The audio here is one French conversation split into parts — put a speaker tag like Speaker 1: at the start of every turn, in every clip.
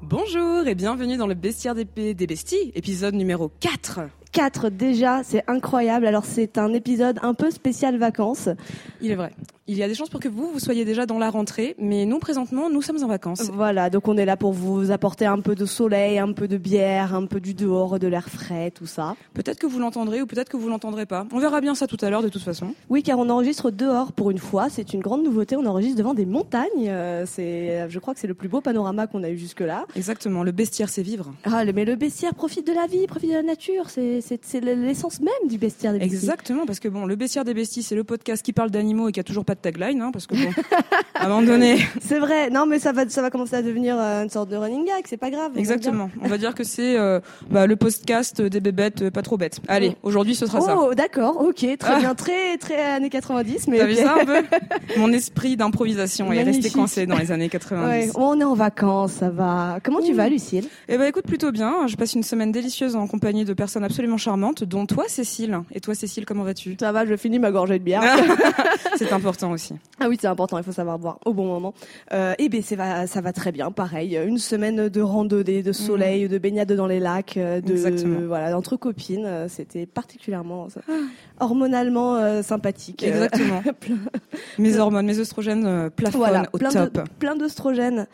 Speaker 1: bonjour et bienvenue dans le Bestiaire des, P- des Besties, épisode numéro 4.
Speaker 2: 4 déjà, c'est incroyable. Alors c'est un épisode un peu spécial vacances.
Speaker 1: Il est vrai. Il y a des chances pour que vous, vous soyez déjà dans la rentrée, mais nous, présentement, nous sommes en vacances.
Speaker 2: Voilà, donc on est là pour vous apporter un peu de soleil, un peu de bière, un peu du dehors, de l'air frais, tout ça.
Speaker 1: Peut-être que vous l'entendrez ou peut-être que vous l'entendrez pas. On verra bien ça tout à l'heure, de toute façon.
Speaker 2: Oui, car on enregistre dehors pour une fois, c'est une grande nouveauté, on enregistre devant des montagnes. Euh, c'est je crois que c'est le plus beau panorama qu'on a eu jusque-là.
Speaker 1: Exactement, le bestiaire, c'est vivre.
Speaker 2: Ah, le- mais le bestiaire profite de la vie, profite de la nature, c'est c'est- c'est l'essence même du bestiaire des petits.
Speaker 1: Exactement, parce que bon, le bestiaire des Besties, c'est le podcast qui parle d'animaux et qui a toujours pas de tagline, hein, parce que bon, à un moment donné,
Speaker 2: C'est vrai. Non, mais ça va ça va commencer à devenir euh, une sorte de running gag, c'est pas grave. on aime
Speaker 1: Exactement. On va dire que c'est euh, bah, le podcast des bébêtes euh, pas trop bêtes. Allez,
Speaker 2: Oui.
Speaker 1: aujourd'hui ce sera
Speaker 2: bien.
Speaker 1: ça.
Speaker 2: Oh, d'accord, ok, très
Speaker 1: Ah.
Speaker 2: bien, très très années 90, mais
Speaker 1: T'as vu
Speaker 2: ok.
Speaker 1: ça un peu Mon esprit d'improvisation est resté
Speaker 2: Magnifique.
Speaker 1: coincé dans les années 90.
Speaker 2: Ouais, Oh, on est en vacances, ça va. Comment tu
Speaker 1: Ouh.
Speaker 2: vas, Lucille
Speaker 1: Eh ben écoute plutôt bien. Je passe une semaine délicieuse en compagnie de personnes absolument charmantes, dont toi Cécile. Et toi Cécile, comment vas-tu
Speaker 2: Ça va, je finis ma gorgée de
Speaker 1: Ah.
Speaker 2: bière.
Speaker 1: C'est important aussi.
Speaker 2: ah oui, c'est important, il faut savoir boire au bon moment. Euh, eh bien, ça va, ça va très bien, pareil. Une semaine de randonnée, de soleil, de baignade dans les lacs, euh, de
Speaker 1: Mmh. Exactement.
Speaker 2: voilà, entre copines. euh, C'était particulièrement ça, hormonalement euh, sympathique. Euh,
Speaker 1: Ah. Exactement. mes hormones, mes oestrogènes euh, plafonnent
Speaker 2: Voilà,
Speaker 1: au
Speaker 2: plein
Speaker 1: top.
Speaker 2: de plein d'oestrogènes.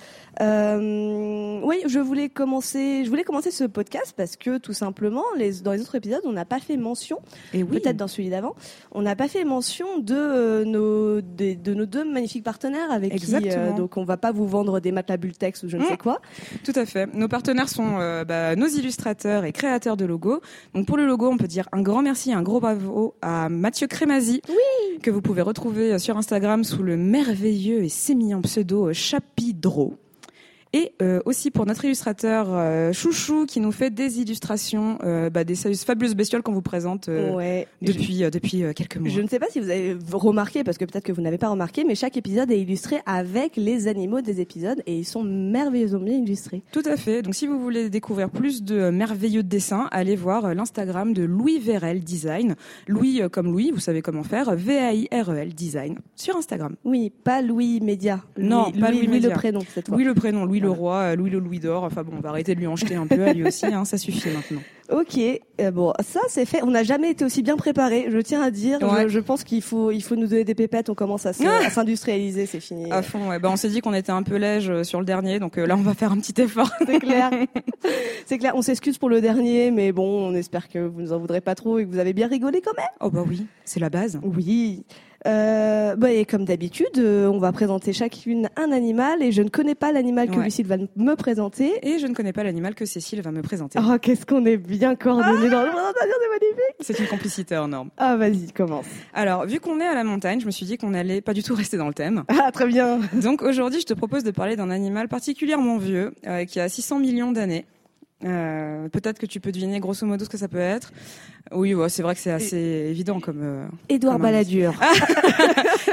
Speaker 2: Euh, oui, je voulais commencer, je voulais commencer ce podcast parce que tout simplement, les, dans les autres épisodes, on n'a pas fait mention
Speaker 1: Et oui.
Speaker 2: peut-être dans celui d'avant, on n'a pas fait mention de, euh, nos, des- de, nos deux magnifiques partenaires avec qui, euh,
Speaker 1: Exactement.
Speaker 2: donc on va pas vous vendre des matelas Bultex ou je ne
Speaker 1: Mmh.
Speaker 2: sais quoi.
Speaker 1: Tout à fait. Nos partenaires sont euh, bah, nos illustrateurs et créateurs de logos. Donc pour le logo, on peut dire un grand merci, un gros bravo à Mathieu Crémazy, que vous pouvez retrouver euh, sur Instagram sous le merveilleux et sémillant pseudo euh, Chapidro. Et euh, aussi pour notre illustrateur euh, Chouchou, qui nous fait des illustrations euh, bah, des fabuleuses bestioles qu'on vous présente euh,
Speaker 2: ouais. Je-
Speaker 1: depuis, euh, depuis euh, quelques mois.
Speaker 2: Je ne sais pas si vous avez remarqué, parce que peut-être que vous n'avez pas remarqué, mais chaque épisode est illustré avec les animaux des épisodes et ils sont merveilleusement bien illustrés.
Speaker 1: Tout à fait. Donc si vous voulez découvrir plus de euh, merveilleux dessins, allez voir euh, l'Instagram de Louis Vérel Design. Louis euh, comme Louis, vous savez comment faire, V-A-I-R-E-L E Design sur Instagram.
Speaker 2: Oui, pas Louis Média.
Speaker 1: Non,
Speaker 2: Louis,
Speaker 1: pas Louis Média.
Speaker 2: le prénom cette fois.
Speaker 1: Louis le prénom, Louis le
Speaker 2: Voilà.
Speaker 1: roi, euh, Louis le Louis d'or. Enfin bon, on va arrêter de lui en jeter un peu à lui aussi, hein, ça suffit maintenant.
Speaker 2: Ok, euh, bon, ça c'est fait. On n'a jamais été aussi bien préparé, je tiens à dire.
Speaker 1: Ouais.
Speaker 2: Je, je pense qu'il faut, il faut nous donner des pépettes. On commence à se-
Speaker 1: Ah
Speaker 2: à s'industrialiser, c'est fini.
Speaker 1: À fond, ouais. Bah, on s'est dit qu'on était un peu lège euh, sur le dernier, donc euh, là on va faire un petit effort.
Speaker 2: C'est clair. C'est clair. On s'excuse pour le dernier, mais bon, on espère que vous nous en voudrez pas trop et que vous avez bien rigolé quand même.
Speaker 1: Oh bah oui, c'est la base.
Speaker 2: Oui. Euh, bah, et comme d'habitude, euh, on va présenter chacune un animal et je ne connais pas l'animal que
Speaker 1: Ouais.
Speaker 2: Lucille va m- me présenter.
Speaker 1: Et je ne connais pas l'animal que Cécile va me présenter.
Speaker 2: Oh, qu'est-ce qu'on est bien coordonnés dans le présentation, c'est magnifique.
Speaker 1: C'est une complicité hors norme.
Speaker 2: Ah, vas-y, commence.
Speaker 1: Alors, vu qu'on est à la montagne, je me suis dit qu'on allait pas du tout rester dans le thème.
Speaker 2: Ah, très bien.
Speaker 1: Donc aujourd'hui, je te propose de parler d'un animal particulièrement vieux, euh, qui a 600 millions d'années. Euh, Peut-être que tu peux deviner grosso modo ce que ça peut être. Oui, ouais, c'est vrai que c'est assez évident comme. euh,
Speaker 2: Édouard
Speaker 1: Comme un-
Speaker 2: Balladur.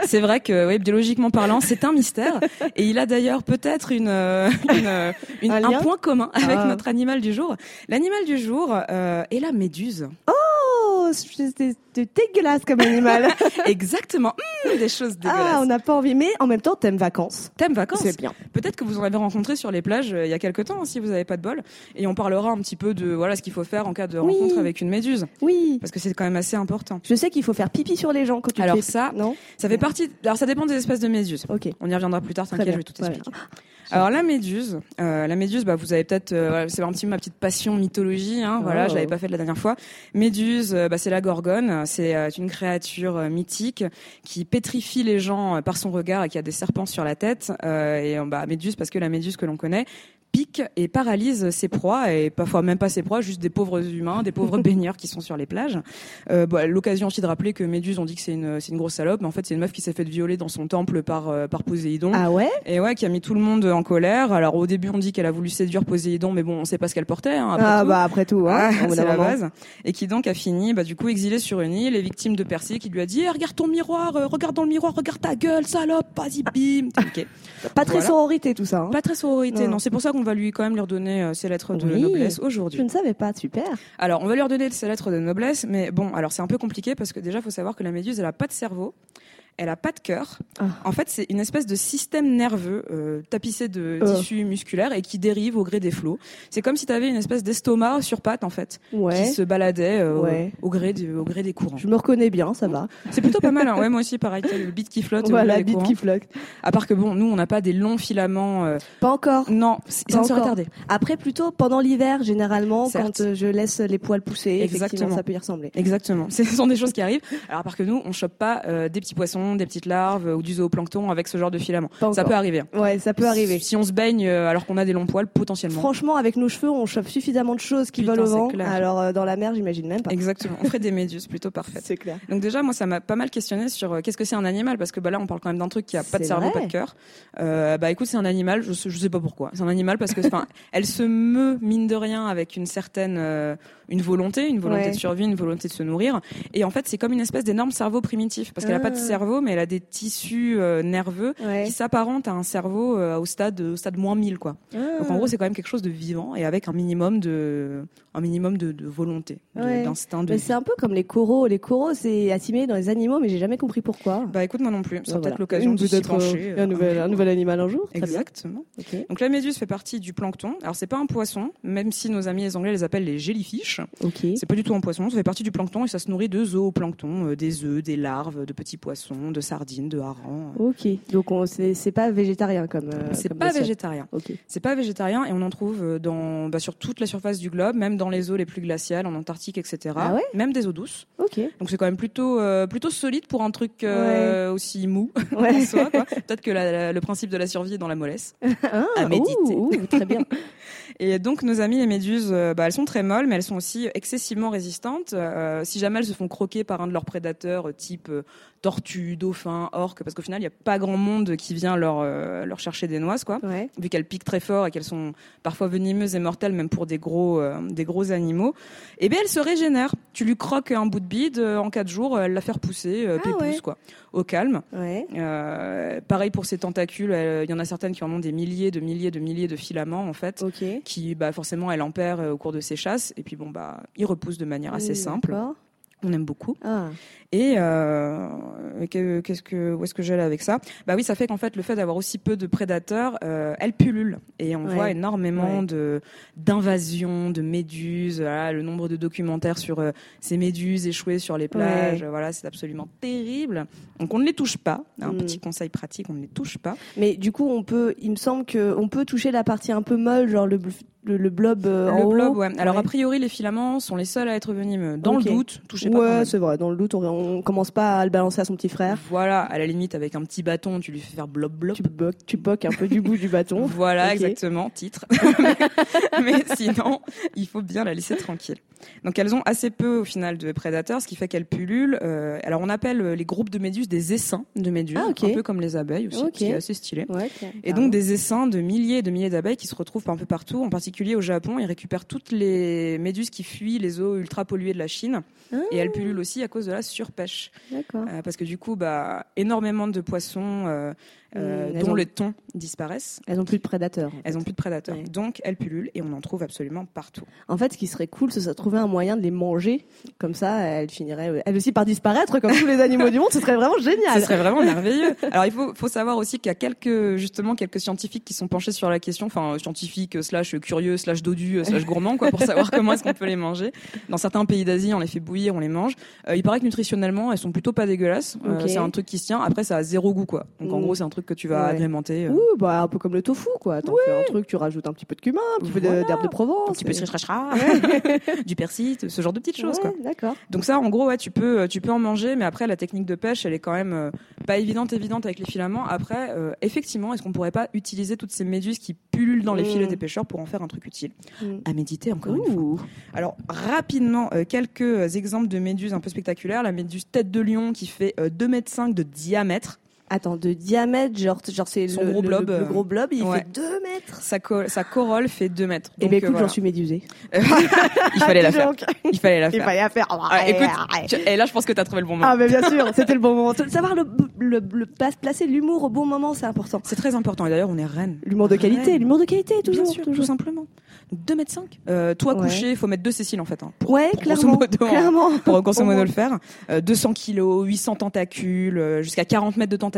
Speaker 1: C'est vrai que, oui, biologiquement parlant, c'est un mystère. Et il a d'ailleurs peut-être une, euh, une, euh, une-
Speaker 2: Un
Speaker 1: un,
Speaker 2: lien
Speaker 1: point commun avec
Speaker 2: Ah.
Speaker 1: notre animal du jour. L'animal du jour euh, est la méduse.
Speaker 2: Oh, c'était c'était dégueulasse comme animal.
Speaker 1: Exactement. Mmh, des choses
Speaker 2: ah, on
Speaker 1: dégueulasses.
Speaker 2: n'a pas envie. Mais en même temps, t'aimes vacances.
Speaker 1: Thème vacances.
Speaker 2: C'est bien.
Speaker 1: Peut-être que vous en avez rencontré sur les plages euh, il y a quelques temps, hein, si vous n'avez pas de bol. Et on parlera un petit peu de voilà ce qu'il faut faire en cas de
Speaker 2: Oui.
Speaker 1: rencontre avec une méduse,
Speaker 2: Oui.
Speaker 1: parce que c'est quand même assez important.
Speaker 2: Je sais qu'il faut faire pipi sur les gens quand tu
Speaker 1: Alors
Speaker 2: fais-
Speaker 1: ça-
Speaker 2: Non
Speaker 1: Ça fait partie. Alors ça dépend des espèces de méduses.
Speaker 2: Ok.
Speaker 1: On y reviendra plus tard,
Speaker 2: Très
Speaker 1: t'inquiète,
Speaker 2: bien,
Speaker 1: je vais tout
Speaker 2: voilà.
Speaker 1: expliquer. Alors la méduse, euh, la méduse, bah vous avez peut-être, euh, voilà, c'est un petit peu ma petite passion mythologie, hein, voilà,
Speaker 2: Oh.
Speaker 1: je l'avais pas fait de la dernière fois. Méduse, euh, bah, c'est la gorgone, c'est euh, une créature euh, mythique qui pétrifie les gens euh, par son regard et qui a des serpents sur la tête. euh, et euh, bah méduse parce que la méduse que l'on connaît pique et paralyse ses proies et parfois même pas ses proies, juste des pauvres humains, des pauvres baigneurs qui sont sur les plages. Euh, bah, L'occasion aussi de rappeler que Méduse, on dit que c'est une, c'est une grosse salope, mais en fait c'est une meuf qui s'est fait violer dans son temple par, euh, par Poséidon.
Speaker 2: Ah ouais
Speaker 1: Et ouais, qui a mis tout le monde en colère. Alors au début, on dit qu'elle a voulu séduire Poséidon, mais bon, on sait pas ce qu'elle portait. Hein, après
Speaker 2: Ah
Speaker 1: tout.
Speaker 2: bah après tout, hein,
Speaker 1: Ah,
Speaker 2: au bout
Speaker 1: c'est
Speaker 2: d'un
Speaker 1: la
Speaker 2: moment.
Speaker 1: base. Et qui donc a fini, bah, du coup, exilé sur une île et victime de Persée qui lui a dit Eh, Regarde ton miroir, euh, regarde dans le miroir, regarde ta gueule, salope, vas-y, bim Ok.
Speaker 2: Pas très
Speaker 1: Voilà.
Speaker 2: sororité tout ça. hein.
Speaker 1: Pas très sororité,
Speaker 2: Non.
Speaker 1: non. C'est pour ça qu'on va lui quand même leur donner euh, ses lettres de
Speaker 2: Oui.
Speaker 1: noblesse
Speaker 2: Je
Speaker 1: aujourd'hui.
Speaker 2: ne savais pas, super.
Speaker 1: Alors, on va leur donner ses lettres de noblesse, mais bon, alors c'est un peu compliqué parce que déjà, faut savoir que la méduse, elle a pas de cerveau. elle a pas de cœur.
Speaker 2: Ah.
Speaker 1: En fait, c'est une espèce de système nerveux euh, tapissé de
Speaker 2: Oh.
Speaker 1: tissus musculaires et qui dérive au gré des flots. C'est comme si tu avais une espèce d'estomac sur pattes en fait, qui
Speaker 2: Ouais.
Speaker 1: se baladait euh, au-
Speaker 2: Ouais.
Speaker 1: au, gré du- au gré des courants.
Speaker 2: Je me reconnais bien, ça va.
Speaker 1: C'est plutôt pas mal. hein. Ouais, moi aussi, pareil, t'as le bit qui flotte. au
Speaker 2: Voilà,
Speaker 1: gré des
Speaker 2: bite
Speaker 1: courants.
Speaker 2: qui flotte.
Speaker 1: À part que bon, nous, on n'a pas des longs filaments. euh,
Speaker 2: Pas encore.
Speaker 1: Non, c- ça
Speaker 2: Pas
Speaker 1: ne serait
Speaker 2: encore.
Speaker 1: tardé.
Speaker 2: Après, plutôt pendant l'hiver, généralement,
Speaker 1: Certes.
Speaker 2: quand euh, je laisse les poils pousser,
Speaker 1: Exactement.
Speaker 2: effectivement, ça peut y ressembler.
Speaker 1: Exactement. Ce sont des choses qui arrivent. Alors, à part que nous, on chope pas euh, des petits poissons, des petites larves euh, ou du zooplancton avec ce genre de filaments.
Speaker 2: Pas
Speaker 1: Ça
Speaker 2: encore.
Speaker 1: peut arriver. hein.
Speaker 2: Ouais, ça peut arriver.
Speaker 1: Si on se baigne euh, alors qu'on a des longs poils, potentiellement.
Speaker 2: Franchement, avec nos cheveux, on chope suffisamment de choses qui
Speaker 1: Putain,
Speaker 2: volent au
Speaker 1: c'est
Speaker 2: vent.
Speaker 1: clair.
Speaker 2: Alors, euh, dans la mer, j'imagine même pas.
Speaker 1: Exactement. On ferait des méduses plutôt parfaites.
Speaker 2: C'est clair.
Speaker 1: Donc déjà, moi, ça m'a pas mal questionné sur euh, qu'est-ce que c'est un animal, parce que bah là, on parle quand même d'un truc qui a pas de
Speaker 2: C'est
Speaker 1: cerveau,
Speaker 2: vrai.
Speaker 1: pas de cœur. Euh, bah écoute, c'est un animal. Je sais, je sais pas pourquoi. C'est un animal parce que, enfin, elle se meut mine de rien avec une certaine, euh, une volonté, une volonté
Speaker 2: Ouais.
Speaker 1: de survie, une volonté de se nourrir. Et en fait, c'est comme une espèce d'énorme cerveau primitif, parce qu'elle a pas de
Speaker 2: Ah.
Speaker 1: cerveau, mais elle a des tissus euh, nerveux
Speaker 2: Ouais.
Speaker 1: qui s'apparentent à un cerveau euh, au stade, au stade moins 1000 quoi.
Speaker 2: Ah.
Speaker 1: Donc en gros, c'est quand même quelque chose de vivant et avec un minimum de, un minimum de, de volonté, de-
Speaker 2: Ouais.
Speaker 1: d'instinct. De,
Speaker 2: Mais c'est un peu comme les coraux. Les coraux, c'est assimilé dans les animaux, mais j'ai jamais compris pourquoi.
Speaker 1: Bah écoute, moi non plus. C'est
Speaker 2: Bah,
Speaker 1: peut-être
Speaker 2: voilà.
Speaker 1: l'occasion
Speaker 2: Une
Speaker 1: de s'y
Speaker 2: peut-être,
Speaker 1: pencher.
Speaker 2: euh, Un nouvel, un nouvel animal un jour. Très bien.
Speaker 1: Exactement.
Speaker 2: Ok.
Speaker 1: Donc la méduse fait partie du plancton. Alors c'est pas un poisson, même si nos amis les anglais les appellent les jellyfish.
Speaker 2: Ok.
Speaker 1: C'est pas du tout un poisson, ça fait partie du plancton et ça se nourrit de zooplancton, euh, des œufs, des larves, de petits poissons, de sardines, de harengs. euh.
Speaker 2: Ok. Donc on- c'est c'est pas végétarien comme. euh,
Speaker 1: C'est
Speaker 2: comme
Speaker 1: pas
Speaker 2: bestiole.
Speaker 1: végétarien.
Speaker 2: Ok.
Speaker 1: C'est pas végétarien et on en trouve euh, dans, bah, sur toute la surface du globe, même dans les eaux les plus glaciales, en Antarctique, etc.
Speaker 2: Ah ouais
Speaker 1: même des eaux douces.
Speaker 2: Ok.
Speaker 1: Donc c'est quand même plutôt, euh, plutôt solide pour un truc euh, aussi mou en
Speaker 2: Ouais.
Speaker 1: soi. quoi. Peut-être que la- la- le principe de la survie est dans la mollesse.
Speaker 2: Ah,
Speaker 1: À méditer.
Speaker 2: ouh, ouh, très bien.
Speaker 1: Et donc nos amies les méduses, euh, bah, elles sont très molles, mais elles sont aussi excessivement résistantes. Euh, si jamais elles se font croquer par un de leurs prédateurs, euh, type euh, tortue, dauphin, orque, parce qu'au final il n'y a pas grand monde qui vient leur euh, leur chercher des noises, quoi.
Speaker 2: Ouais.
Speaker 1: Vu qu'elles piquent très fort et qu'elles sont parfois venimeuses et mortelles, même pour des gros euh, des gros animaux. Et bien elles se régénèrent. Tu lui croques un bout de bide, euh, en quatre jours, elle la fait repousser, euh,
Speaker 2: Ah
Speaker 1: pépouze,
Speaker 2: ouais.
Speaker 1: quoi, au calme.
Speaker 2: Ouais.
Speaker 1: Euh, pareil pour ces tentacules, euh, il y en a certaines qui en ont des milliers, de milliers, de milliers de filaments en fait
Speaker 2: Ok.
Speaker 1: qui bah forcément elle en perd euh, au cours de ses chasses et puis bon bah il repousse de manière assez
Speaker 2: Mm,
Speaker 1: simple
Speaker 2: d'accord.
Speaker 1: on aime beaucoup
Speaker 2: Ah.
Speaker 1: et euh, que- qu'est-ce que où est-ce que j'allais avec ça bah oui ça fait qu'en fait le fait d'avoir aussi peu de prédateurs euh, elle pullule et on
Speaker 2: Ouais.
Speaker 1: voit énormément
Speaker 2: Ouais.
Speaker 1: de d'invasions de méduses voilà, le nombre de documentaires sur euh, ces méduses échouées sur les plages euh, voilà c'est absolument terrible donc on ne les touche pas un
Speaker 2: Mm.
Speaker 1: petit conseil pratique on ne les touche pas
Speaker 2: Mais du coup, on peut. Il me semble que on peut toucher la partie un peu molle, genre le bl- le, le blob euh, en
Speaker 1: le
Speaker 2: haut.
Speaker 1: blob ouais. alors
Speaker 2: Ouais.
Speaker 1: a priori les filaments sont les seuls à être venimeux dans
Speaker 2: Ok.
Speaker 1: le doute touchez pas quand même.
Speaker 2: Ouais, c'est vrai. Dans le doute, on, on commence pas à le balancer à son petit frère.
Speaker 1: Voilà, à la limite, avec un petit bâton, tu lui fais faire blob blob.
Speaker 2: Tu boques, tu boques un peu du bout du bâton.
Speaker 1: Voilà,
Speaker 2: Ok.
Speaker 1: exactement, titre. mais sinon, il faut bien la laisser tranquille. Donc elles ont assez peu au final de prédateurs, ce qui fait qu'elles pullulent. Euh, alors on appelle euh, les groupes de méduses des essaims de méduses,
Speaker 2: Ah, ok.
Speaker 1: un peu comme les abeilles aussi,
Speaker 2: Ok.
Speaker 1: ce qui est assez stylé.
Speaker 2: Ouais.
Speaker 1: Et donc des essaims de milliers et de milliers d'abeilles qui se retrouvent un peu partout, en particulier au Japon. Ils récupèrent toutes les méduses qui fuient les eaux ultra polluées de la Chine.
Speaker 2: Ah.
Speaker 1: Et elles pullulent aussi à cause de la surpêche.
Speaker 2: D'accord.
Speaker 1: Euh, parce que du coup, bah, énormément de poissons, euh, euh,
Speaker 2: Mm, elles
Speaker 1: dont
Speaker 2: ont-
Speaker 1: le thon, disparaissent.
Speaker 2: Elles ont plus de prédateurs.
Speaker 1: Elles ont plus de prédateurs.
Speaker 2: Ouais.
Speaker 1: Donc, elles pullulent et on en trouve absolument partout.
Speaker 2: En fait, ce qui serait cool, ce serait de trouver un moyen de les manger. Comme ça, elles finiraient, euh, elles aussi, par disparaître, comme tous les animaux du monde. Ce serait vraiment
Speaker 1: Ce
Speaker 2: génial.
Speaker 1: serait vraiment merveilleux. Alors, il faut, faut savoir aussi qu'il y a quelques, justement, quelques scientifiques qui sont penchés sur la question, enfin, euh, scientifiques, euh, slash, euh, curieux, slash, dodus, euh, slash, gourmands, quoi, pour savoir comment est-ce qu'on peut les manger. Dans certains pays d'Asie, on les fait bouillir, on les mange. Euh, il paraît que nutritionnellement, elles sont plutôt pas dégueulasses. Euh,
Speaker 2: Ok.
Speaker 1: c'est un truc qui se tient. Après, ça a zéro goût, quoi. Donc, en
Speaker 2: Mm.
Speaker 1: gros, c'est un truc que tu vas
Speaker 2: Ouais.
Speaker 1: agrémenter. euh,
Speaker 2: Ouh, bah, un peu comme le tofu, quoi. T'en fais un truc, tu rajoutes un petit peu de cumin, un petit peu de-
Speaker 1: Voilà.
Speaker 2: d'herbe de Provence.
Speaker 1: un petit peu de sriracha, du persil, ce genre de petites choses,
Speaker 2: Ouais,
Speaker 1: quoi.
Speaker 2: D'accord.
Speaker 1: Donc ça, en gros, ouais, tu peux, euh, tu peux en manger, mais après la technique de pêche, elle est quand même euh, pas évidente, évidente avec les filaments. Après, euh, effectivement, est-ce qu'on pourrait pas utiliser toutes ces méduses qui pullulent dans les
Speaker 2: Mm.
Speaker 1: filets des pêcheurs pour en faire un truc utile
Speaker 2: Mm.
Speaker 1: À méditer encore une fois.
Speaker 2: Ouh.
Speaker 1: Alors rapidement, euh, quelques exemples de méduses un peu spectaculaires. La méduse tête de lion qui fait euh, 2,5 mètres de diamètre.
Speaker 2: Attends, de diamètre, genre, genre c'est
Speaker 1: Son
Speaker 2: le,
Speaker 1: gros
Speaker 2: le-
Speaker 1: blob,
Speaker 2: le,
Speaker 1: euh,
Speaker 2: gros blob, il
Speaker 1: ouais.
Speaker 2: fait 2 mètres.
Speaker 1: Sa, co- sa corolle fait 2 mètres.
Speaker 2: Eh
Speaker 1: Donc,
Speaker 2: ben écoute,
Speaker 1: euh, voilà.
Speaker 2: j'en suis médusée.
Speaker 1: Il fallait la faire. Il fallait la
Speaker 2: Il
Speaker 1: faire.
Speaker 2: fallait la faire.
Speaker 1: Ah, écoute, tu- et là, je pense que t'as trouvé le bon moment.
Speaker 2: Ah mais bien sûr, c'était le bon moment. Savoir le, le, le- place- placer l'humour au bon moment, c'est important.
Speaker 1: C'est très important. Et d'ailleurs, on est reine.
Speaker 2: L'humour de qualité,
Speaker 1: Ouais.
Speaker 2: l'humour de qualité toujours.
Speaker 1: Bien sûr,
Speaker 2: toujours.
Speaker 1: tout simplement. 2 mètres 5. Euh, toi,
Speaker 2: Ouais.
Speaker 1: couché, il faut mettre 2 Cécile, en fait. hein, pour,
Speaker 2: Ouais,
Speaker 1: pour grosso
Speaker 2: clairement,
Speaker 1: modo, hein.
Speaker 2: clairement.
Speaker 1: Pour grosso
Speaker 2: Au
Speaker 1: modo
Speaker 2: moins.
Speaker 1: le faire. Euh, 200 kilos, 800 tentacules, euh, jusqu'à 40 mètres de tentacules.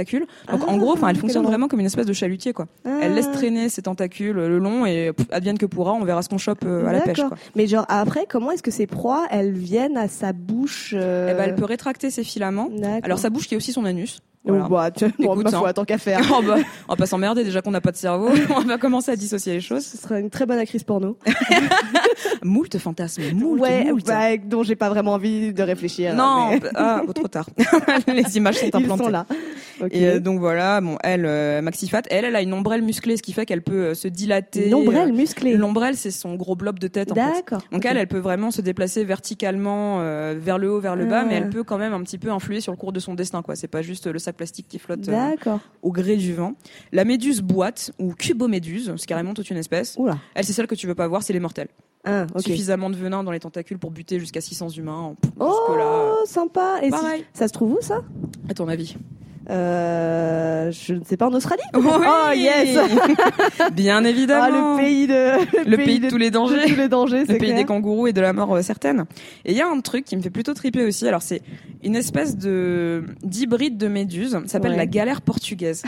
Speaker 1: Donc,
Speaker 2: Ah,
Speaker 1: en gros, enfin, elle
Speaker 2: quel
Speaker 1: fonctionne
Speaker 2: endroit.
Speaker 1: vraiment comme une espèce de chalutier, quoi.
Speaker 2: Ah.
Speaker 1: hein. Elle laisse traîner ses tentacules euh, le long et pff, advienne que pourra, on verra ce qu'on chope euh, à la pêche,
Speaker 2: D'accord.
Speaker 1: quoi.
Speaker 2: Mais genre après, comment est-ce que ces proies, elles viennent à sa bouche euh,
Speaker 1: Eh ben, elle peut rétracter ses filaments.
Speaker 2: D'accord.
Speaker 1: Alors, sa bouche qui est aussi son anus.
Speaker 2: Oh,
Speaker 1: Voilà.
Speaker 2: bah, tiens, bon,
Speaker 1: Écoute,
Speaker 2: ma
Speaker 1: hein.
Speaker 2: foi, tant qu'à faire.
Speaker 1: Oh, bah, on va pas s'emmerder déjà qu'on n'a pas de cerveau. On va commencer à dissocier les choses.
Speaker 2: Ce serait une très bonne actrice porno.
Speaker 1: Moult fantasmes, moult,
Speaker 2: ouais,
Speaker 1: moult.
Speaker 2: bah, dont j'ai pas vraiment envie de réfléchir.
Speaker 1: non,
Speaker 2: mais
Speaker 1: bah, ah, oh, trop tard. les images sont
Speaker 2: ils
Speaker 1: implantées.
Speaker 2: sont là. Ok.
Speaker 1: Et euh, donc voilà, bon, elle, euh, Maxifat, elle, elle a une ombrelle musclée, ce qui fait qu'elle peut euh, se dilater.
Speaker 2: Une ombrelle
Speaker 1: Euh,
Speaker 2: musclée.
Speaker 1: L'ombrelle, c'est son gros blob de tête en fait.
Speaker 2: D'accord.
Speaker 1: Donc elle, elle peut vraiment se déplacer verticalement euh, vers le haut, vers le bas,
Speaker 2: Ah.
Speaker 1: mais elle peut quand même un petit peu influer sur le cours de son destin. quoi. C'est pas juste le sac plastique qui flotte euh,
Speaker 2: D'accord.
Speaker 1: au gré du vent. La méduse boîte ou cuboméduse, c'est carrément toute une espèce.
Speaker 2: Oula.
Speaker 1: Elle, c'est celle que tu veux pas voir, c'est les mortels.
Speaker 2: Ah, ok.
Speaker 1: Suffisamment de venin dans les tentacules pour buter jusqu'à 600 humains. Pff, Jusque-là,
Speaker 2: Oh, sympa.
Speaker 1: euh,
Speaker 2: Et si-
Speaker 1: pareil.
Speaker 2: ça se trouve où ça
Speaker 1: À ton avis
Speaker 2: Euh, je ne sais pas, en Australie peut-être
Speaker 1: Oui
Speaker 2: Oh yes
Speaker 1: Bien
Speaker 2: Ah,
Speaker 1: évidemment
Speaker 2: le pays de
Speaker 1: Le pays de tous les dangers.
Speaker 2: de tous les dangers,
Speaker 1: Le
Speaker 2: c'est
Speaker 1: pays
Speaker 2: clair.
Speaker 1: des kangourous et de la mort euh, certaine. Et il y a un truc qui me fait plutôt triper aussi. Alors c'est une espèce de d'hybride de méduse. Ça s'appelle
Speaker 2: Ouais.
Speaker 1: la galère portugaise.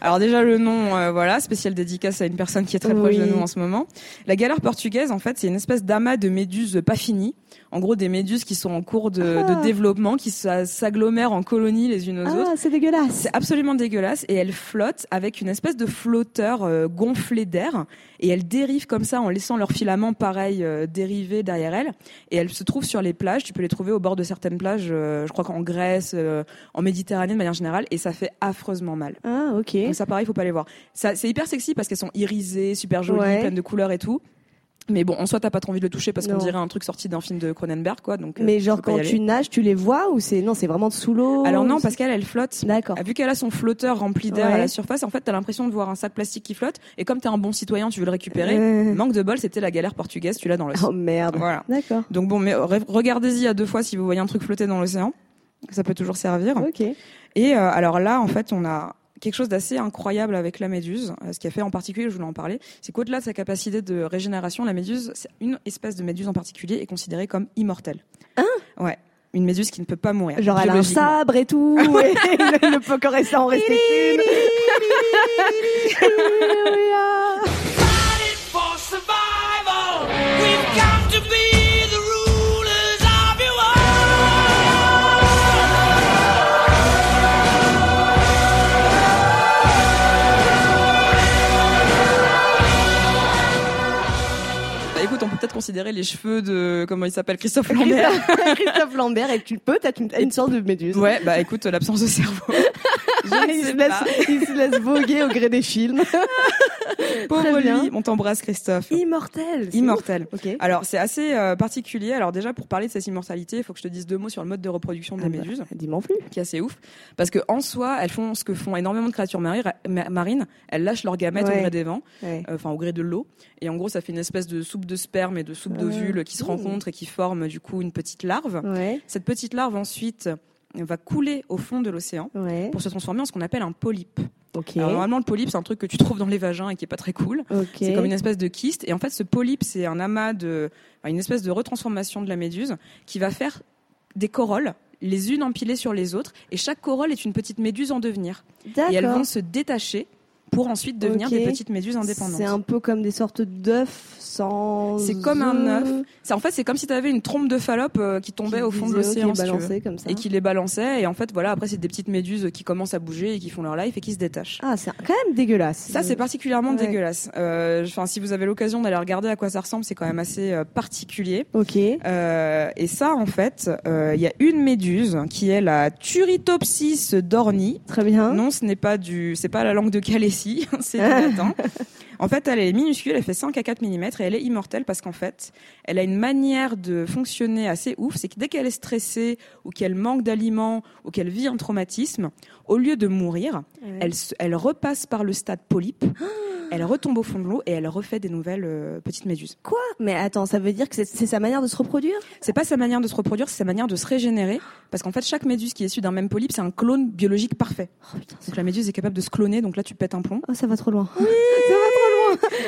Speaker 1: Alors déjà le nom, euh, voilà, spécial dédicace à une personne qui est très proche de
Speaker 2: Oui.
Speaker 1: nous en ce moment. La galère portugaise, en fait, c'est une espèce d'amas de méduses pas finies. En gros, des méduses qui sont en cours de,
Speaker 2: Ah.
Speaker 1: de développement, qui s'a- s'agglomèrent en colonies les unes aux autres.
Speaker 2: Ah, c'est dégueulasse.
Speaker 1: C'est absolument dégueulasse et elle flotte avec une espèce de flotteur euh, gonflé d'air et elle dérive comme ça en laissant leurs filaments pareil euh, dériver derrière elle et elle se trouve sur les plages, tu peux les trouver au bord de certaines plages, euh, je crois qu'en Grèce, euh, en Méditerranée de manière générale et ça fait affreusement mal.
Speaker 2: Ah, ok.
Speaker 1: Donc ça pareil, faut pas les voir. Ça c'est hyper sexy parce qu'elles sont irisées, super jolies,
Speaker 2: Ouais.
Speaker 1: pleines de couleurs et tout. Mais bon, en soi, t'as pas trop envie de le toucher parce qu'on
Speaker 2: Non.
Speaker 1: dirait un truc sorti d'un film de Cronenberg, quoi. Donc, euh,
Speaker 2: Mais
Speaker 1: faut
Speaker 2: genre
Speaker 1: pas y
Speaker 2: quand
Speaker 1: aller.
Speaker 2: tu nages, tu les vois ou c'est non, c'est vraiment sous l'eau
Speaker 1: Alors non, parce qu'elle, elle flotte.
Speaker 2: D'accord.
Speaker 1: Ah, Vu qu'elle a son flotteur rempli d'air
Speaker 2: Ouais.
Speaker 1: à la surface, en fait, t'as l'impression de voir un sac plastique qui flotte. Et comme t'es un bon citoyen, tu veux le récupérer.
Speaker 2: Euh.
Speaker 1: Manque de bol, c'était la galère portugaise, tu l'as dans l'os.
Speaker 2: Oh merde.
Speaker 1: Voilà.
Speaker 2: D'accord.
Speaker 1: Donc bon, mais euh, re- regardez-y à deux fois si vous voyez un truc flotter dans l'océan. Ça peut toujours servir.
Speaker 2: Ok.
Speaker 1: Et euh, alors là, en fait, on a quelque chose d'assez incroyable avec la méduse. Euh, Ce qui a fait en particulier, je voulais en parler, c'est qu'au-delà de sa capacité de régénération, la méduse, c'est une espèce de méduse en particulier, est considérée comme immortelle. Hein Ouais. Une méduse qui ne peut pas mourir.
Speaker 2: Genre elle a un
Speaker 1: biologiquement.
Speaker 2: sabre et tout.
Speaker 1: Ah
Speaker 2: et le, le poker et ça en restait une.
Speaker 3: fighting for survival. We've got to be the rulers of your world.
Speaker 1: Bah, écoute, on peut peut-être considérer les cheveux de comment il s'appelle Christophe Lambert.
Speaker 2: Christophe Lambert et tu peux, t'as une, une sorte de méduse.
Speaker 1: Ouais, bah écoute, l'absence de cerveau. Je
Speaker 2: il,
Speaker 1: ne
Speaker 2: se
Speaker 1: sais
Speaker 2: laisse,
Speaker 1: pas.
Speaker 2: il se laisse voguer au gré des films.
Speaker 1: Pauvre
Speaker 2: bien.
Speaker 1: lui, on t'embrasse Christophe.
Speaker 2: Immortel. c'est
Speaker 1: Immortel.
Speaker 2: ouf. Ok.
Speaker 1: Alors c'est assez euh, particulier. Alors déjà pour parler de cette immortalité, il faut que je te dise deux mots sur le mode de reproduction des
Speaker 2: Ah bah,
Speaker 1: méduses,
Speaker 2: Dis-moi plus.
Speaker 1: qui est assez ouf, parce que en soi elles font ce que font énormément de créatures mari- ma- marines. Elles lâchent leurs gamètes
Speaker 2: Ouais.
Speaker 1: au gré des vents,
Speaker 2: Ouais.
Speaker 1: euh, enfin au gré de l'eau, et en gros ça fait une espèce de soupe de sperme et de soupe
Speaker 2: Ah.
Speaker 1: d'ovules qui se
Speaker 2: Mmh.
Speaker 1: rencontrent et qui forment du coup une petite larve.
Speaker 2: Ouais.
Speaker 1: Cette petite larve ensuite va couler au fond de l'océan
Speaker 2: Ouais.
Speaker 1: pour se transformer en ce qu'on appelle un polype.
Speaker 2: Ok.
Speaker 1: Alors, normalement, le polype, c'est un truc que tu trouves dans les vagins et qui est pas très cool.
Speaker 2: Ok.
Speaker 1: C'est comme une espèce de kyste. Et en fait, ce polype, c'est un amas de, enfin, une espèce de retransformation de la méduse qui va faire des corolles, les unes empilées sur les autres. Et chaque corolle est une petite méduse en devenir. Et elles
Speaker 2: D'accord.
Speaker 1: vont se détacher pour ensuite devenir
Speaker 2: Ok.
Speaker 1: des petites méduses indépendantes.
Speaker 2: C'est un peu comme des sortes d'œufs sans.
Speaker 1: C'est comme un œuf C'est- En fait, c'est comme si tu avais une trompe de fallope euh, qui tombait au fond de l'océan. si tu veux.
Speaker 2: balancé comme ça.
Speaker 1: et qui les balançait. Et en fait, voilà, après, c'est des petites méduses qui commencent à bouger et qui font leur life et qui se détachent.
Speaker 2: Ah, c'est quand même dégueulasse.
Speaker 1: Ça, c'est particulièrement
Speaker 2: Ouais.
Speaker 1: dégueulasse. Euh, Enfin, si vous avez l'occasion d'aller regarder à quoi ça ressemble, c'est quand même assez euh, particulier.
Speaker 2: Ok.
Speaker 1: Euh, et ça, en fait, euh, il y a une méduse qui est la Turritopsis dorni.
Speaker 2: Très bien. Hein
Speaker 1: non, ce n'est pas du, c'est pas la langue de Calais ici, c'est du latin. En fait, elle est minuscule, elle fait 5 à 4 mm et elle est immortelle parce qu'en fait, elle a une manière de fonctionner assez ouf. C'est que dès qu'elle est stressée ou qu'elle manque d'aliments ou qu'elle vit un traumatisme, au lieu de mourir, elle, se- elle repasse par le stade polype, elle retombe au fond de l'eau et elle refait des nouvelles euh, petites méduses.
Speaker 2: Quoi Mais attends, ça veut dire que c'est- c'est sa manière de se reproduire
Speaker 1: C'est pas sa manière de se reproduire, c'est sa manière de se régénérer parce qu'en fait, chaque méduse qui est issue d'un même polype, c'est un clone biologique parfait.
Speaker 2: oh, putain,
Speaker 1: Donc la méduse est capable de se cloner, donc là tu pètes un plomb.
Speaker 2: oh, ça va trop loin.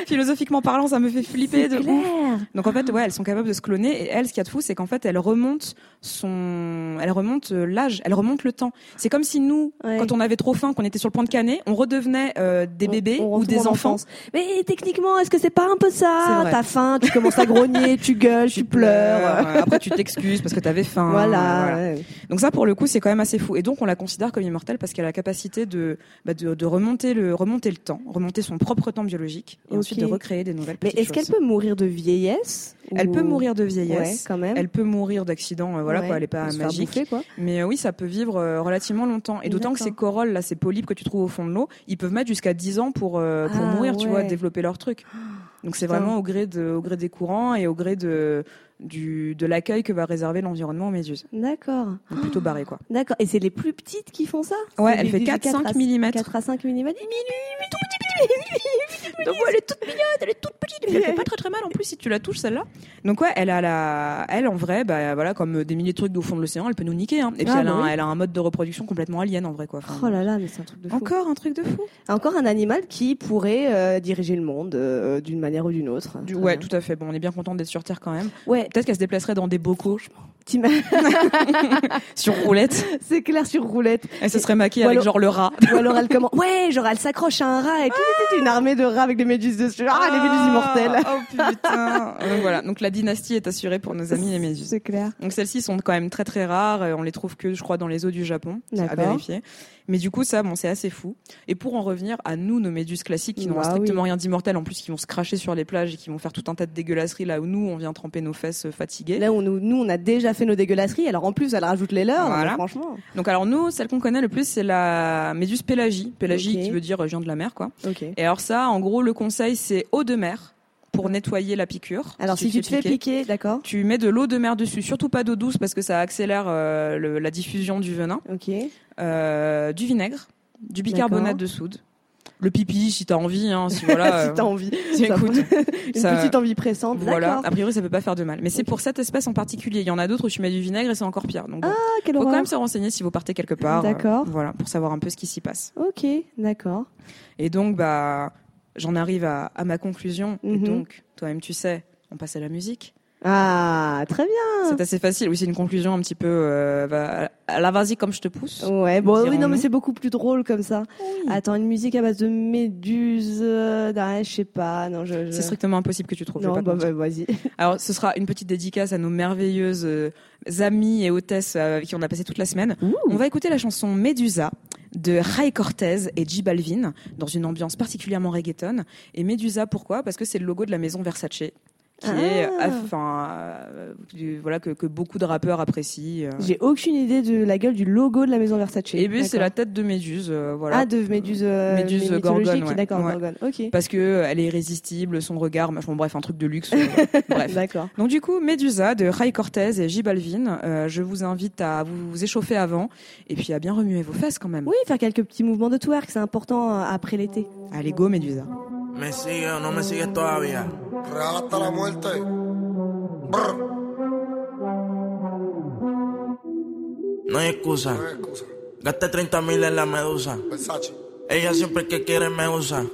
Speaker 1: Philosophiquement parlant, ça me fait flipper
Speaker 2: C'est
Speaker 1: de ouf.
Speaker 2: clair.
Speaker 1: Donc en fait, ouais, elles sont capables de se cloner. Et elle, ce qu'il y a de fou, c'est qu'en fait, elle remonte son, elle remonte euh, l'âge, elle remonte le temps. C'est comme si nous,
Speaker 2: Ouais.
Speaker 1: quand on avait trop faim, qu'on était sur le point de canner, on redevenait euh, des
Speaker 2: On-
Speaker 1: bébés
Speaker 2: on
Speaker 1: ou
Speaker 2: retourne
Speaker 1: des
Speaker 2: en
Speaker 1: enfants.
Speaker 2: enfance. Mais techniquement, est-ce que c'est pas un peu
Speaker 1: C'est
Speaker 2: ça
Speaker 1: vrai.
Speaker 2: T'as faim, tu commences à grogner, tu gueules, tu pleures.
Speaker 1: euh, Après, tu t'excuses parce que t'avais faim. euh,
Speaker 2: Voilà.
Speaker 1: voilà.
Speaker 2: ouais.
Speaker 1: Donc ça, pour le coup, c'est quand même assez fou. Et donc, on la considère comme immortelle parce qu'elle a la capacité de, bah, de, de remonter le remonter le temps, remonter son propre temps biologique et
Speaker 2: Ok.
Speaker 1: ensuite de recréer des nouvelles
Speaker 2: Mais
Speaker 1: petites
Speaker 2: est-ce qu'elle
Speaker 1: choses.
Speaker 2: peut mourir de vieillesse
Speaker 1: Elle
Speaker 2: Ou-
Speaker 1: peut mourir de
Speaker 2: Ouais,
Speaker 1: vieillesse.
Speaker 2: quand même.
Speaker 1: Elle peut mourir d'accident, euh, voilà
Speaker 2: Ouais,
Speaker 1: quoi, elle est pas
Speaker 2: se faire
Speaker 1: magique.
Speaker 2: bouffer, quoi.
Speaker 1: Mais euh, oui, ça peut vivre euh, relativement longtemps. Et d'autant que
Speaker 2: D'accord.
Speaker 1: ces corolles, là, ces polypes que tu trouves au fond de l'eau, ils peuvent mettre jusqu'à 10 ans pour, euh, pour
Speaker 2: Ah,
Speaker 1: mourir, tu vois,
Speaker 2: ouais. Oh,
Speaker 1: développer leur truc. Donc c'est
Speaker 2: putain.
Speaker 1: vraiment au gré, de, au gré des courants et au gré de, du, de l'accueil que va réserver l'environnement aux méduses.
Speaker 2: D'accord.
Speaker 1: Donc plutôt barré, quoi.
Speaker 2: D'accord. Et c'est les plus petites qui font ça
Speaker 1: Ouais,
Speaker 2: C'est
Speaker 1: elle
Speaker 2: du-
Speaker 1: fait
Speaker 2: du
Speaker 1: 4, 5
Speaker 2: à-
Speaker 1: mm.
Speaker 2: 4 à 5 mm.
Speaker 1: Donc ouais, elle est toute mignonne, elle est toute petite, mais elle fait pas très très mal en plus si tu la touches celle-là. Donc ouais, elle a la, elle en vrai, bah voilà, comme des milliers de trucs au fond de l'océan, elle peut nous niquer. Hein. Et puis
Speaker 2: Ah,
Speaker 1: elle, a
Speaker 2: bah
Speaker 1: un,
Speaker 2: oui.
Speaker 1: elle a un mode de reproduction complètement alien en vrai quoi. Enfin,
Speaker 2: Oh là là, mais c'est un truc de fou.
Speaker 1: Encore un truc de fou.
Speaker 2: Encore un animal qui pourrait euh, diriger le monde euh, d'une manière ou d'une autre.
Speaker 1: Du-
Speaker 2: Très
Speaker 1: ouais,
Speaker 2: bien.
Speaker 1: tout à fait. Bon, on est bien content d'être sur Terre quand même.
Speaker 2: Ouais,
Speaker 1: Peut-être qu'elle se déplacerait dans des bocaux, je pense.
Speaker 2: t'im-
Speaker 1: sur roulette.
Speaker 2: c'est clair sur roulette.
Speaker 1: Elle se serait maquée
Speaker 2: Ou
Speaker 1: avec
Speaker 2: alors-
Speaker 1: genre le rat.
Speaker 2: Ou alors elle commence. Ouais, genre elle s'accroche à un rat et tout,
Speaker 1: Ah
Speaker 2: tout, tout, une armée de rats avec des méduses dessus. Ah, les méduses immortelles.
Speaker 1: Oh putain. Donc voilà. Donc la dynastie est assurée pour nos amis les méduses.
Speaker 2: C'est clair.
Speaker 1: Donc celles-ci sont quand même très très rares. Euh, On les trouve que, je crois, dans les eaux du Japon. C'est À
Speaker 2: D'accord.
Speaker 1: vérifier. Mais du coup, ça, bon, c'est assez fou. Et pour en revenir à nous, nos méduses classiques qui n'ont
Speaker 2: Bah
Speaker 1: strictement rien d'immortel, en plus qui vont se cracher sur les plages et qui vont faire tout un tas de dégueulasseries là où nous, on vient tremper nos fesses euh, fatiguées.
Speaker 2: Là, on, nous, nous, on a déjà fait nos dégueulasseries. Alors en plus, elle rajoute les leurs.
Speaker 1: Voilà.
Speaker 2: mais Franchement.
Speaker 1: Donc alors nous, celle qu'on connaît le plus, c'est la méduse Pélagie. Pélagie
Speaker 2: Ok.
Speaker 1: qui veut dire euh, géant de la mer, quoi.
Speaker 2: Ok.
Speaker 1: Et alors ça, en gros, le conseil, c'est eau de mer pour nettoyer la piqûre.
Speaker 2: Alors si, tu te fais piquer, d'accord.
Speaker 1: tu mets de l'eau de mer dessus, surtout pas d'eau douce parce que ça accélère euh, le- la diffusion du venin.
Speaker 2: Ok.
Speaker 1: Euh, du vinaigre, du bicarbonate
Speaker 2: D'accord.
Speaker 1: de soude, le pipi si t'as envie, hein, si voilà.
Speaker 2: si t'as envie.
Speaker 1: euh, si,
Speaker 2: Ça-
Speaker 1: écoute,
Speaker 2: Une
Speaker 1: ça-
Speaker 2: petite envie pressante.
Speaker 1: voilà.
Speaker 2: D'accord.
Speaker 1: A priori, ça peut pas faire de mal. Mais c'est pour cette espèce en particulier. Il y en a d'autres où tu mets du vinaigre et c'est encore pire. Donc bon,
Speaker 2: Ah, quelle
Speaker 1: faut quand
Speaker 2: horreur.
Speaker 1: même se renseigner si vous partez quelque part. euh,
Speaker 2: D'accord.
Speaker 1: voilà, pour savoir un peu ce qui s'y passe.
Speaker 2: Ok, d'accord.
Speaker 1: Et donc, bah, j'en arrive à, à ma conclusion. Et
Speaker 2: Mhm.
Speaker 1: donc, toi-même, tu sais, on passe à la musique.
Speaker 2: Ah, très bien.
Speaker 1: C'est assez facile. Oui, c'est une conclusion un petit peu euh, va- à la vas-y comme je te pousse.
Speaker 2: Ouais, bon, oui, non,
Speaker 1: Dirons-nous.
Speaker 2: mais c'est beaucoup plus drôle comme ça. Attends, une musique à base de méduses, euh, d'un- je sais pas, non, je. je-
Speaker 1: C'est strictement impossible que tu trouves. je vais
Speaker 2: Non,
Speaker 1: pas te
Speaker 2: bah,
Speaker 1: mentir.
Speaker 2: bah, vas-y.
Speaker 1: Alors, ce sera une petite dédicace à nos merveilleuses euh, amies et hôtesses euh, avec qui on a passé toute la semaine. On va écouter la chanson Medusa de Ray Cortez et J Balvin dans une ambiance particulièrement reggaeton. Et Medusa, pourquoi Parce que c'est le logo de la maison Versace qui est,
Speaker 2: Ah.
Speaker 1: enfin, euh, du- voilà que, que beaucoup de rappeurs apprécient. euh.
Speaker 2: J'ai aucune idée de la gueule du logo de la maison Versace.
Speaker 1: Et puis Eh ben, c'est la
Speaker 2: D'accord.
Speaker 1: tête de Méduse, euh, voilà.
Speaker 2: Ah, de méduse. euh,
Speaker 1: Méduse
Speaker 2: mythologique,
Speaker 1: gorgone, ouais.
Speaker 2: D'accord,
Speaker 1: Ouais.
Speaker 2: gorgone. Ok.
Speaker 1: Parce que euh, elle est irrésistible, son regard, machin, bref, un truc de luxe. euh, bref.
Speaker 2: D'accord.
Speaker 1: Donc du coup, Medusa de Ray Cortez et J Balvin, euh, je vous invite à vous, vous échauffer avant et puis à bien remuer vos fesses quand même.
Speaker 2: Oui, faire quelques petits mouvements de twerk, c'est important euh, après l'été.
Speaker 1: Allez, go Medusa.
Speaker 4: ¿Me sigue o no me sigues todavía?
Speaker 5: Real hasta la muerte. Brr.
Speaker 4: No hay excusa.
Speaker 5: No hay excusa.
Speaker 4: Gasté 30 mil en la medusa.
Speaker 5: Versace.
Speaker 4: Ella siempre que quiere me usa.
Speaker 5: Eh,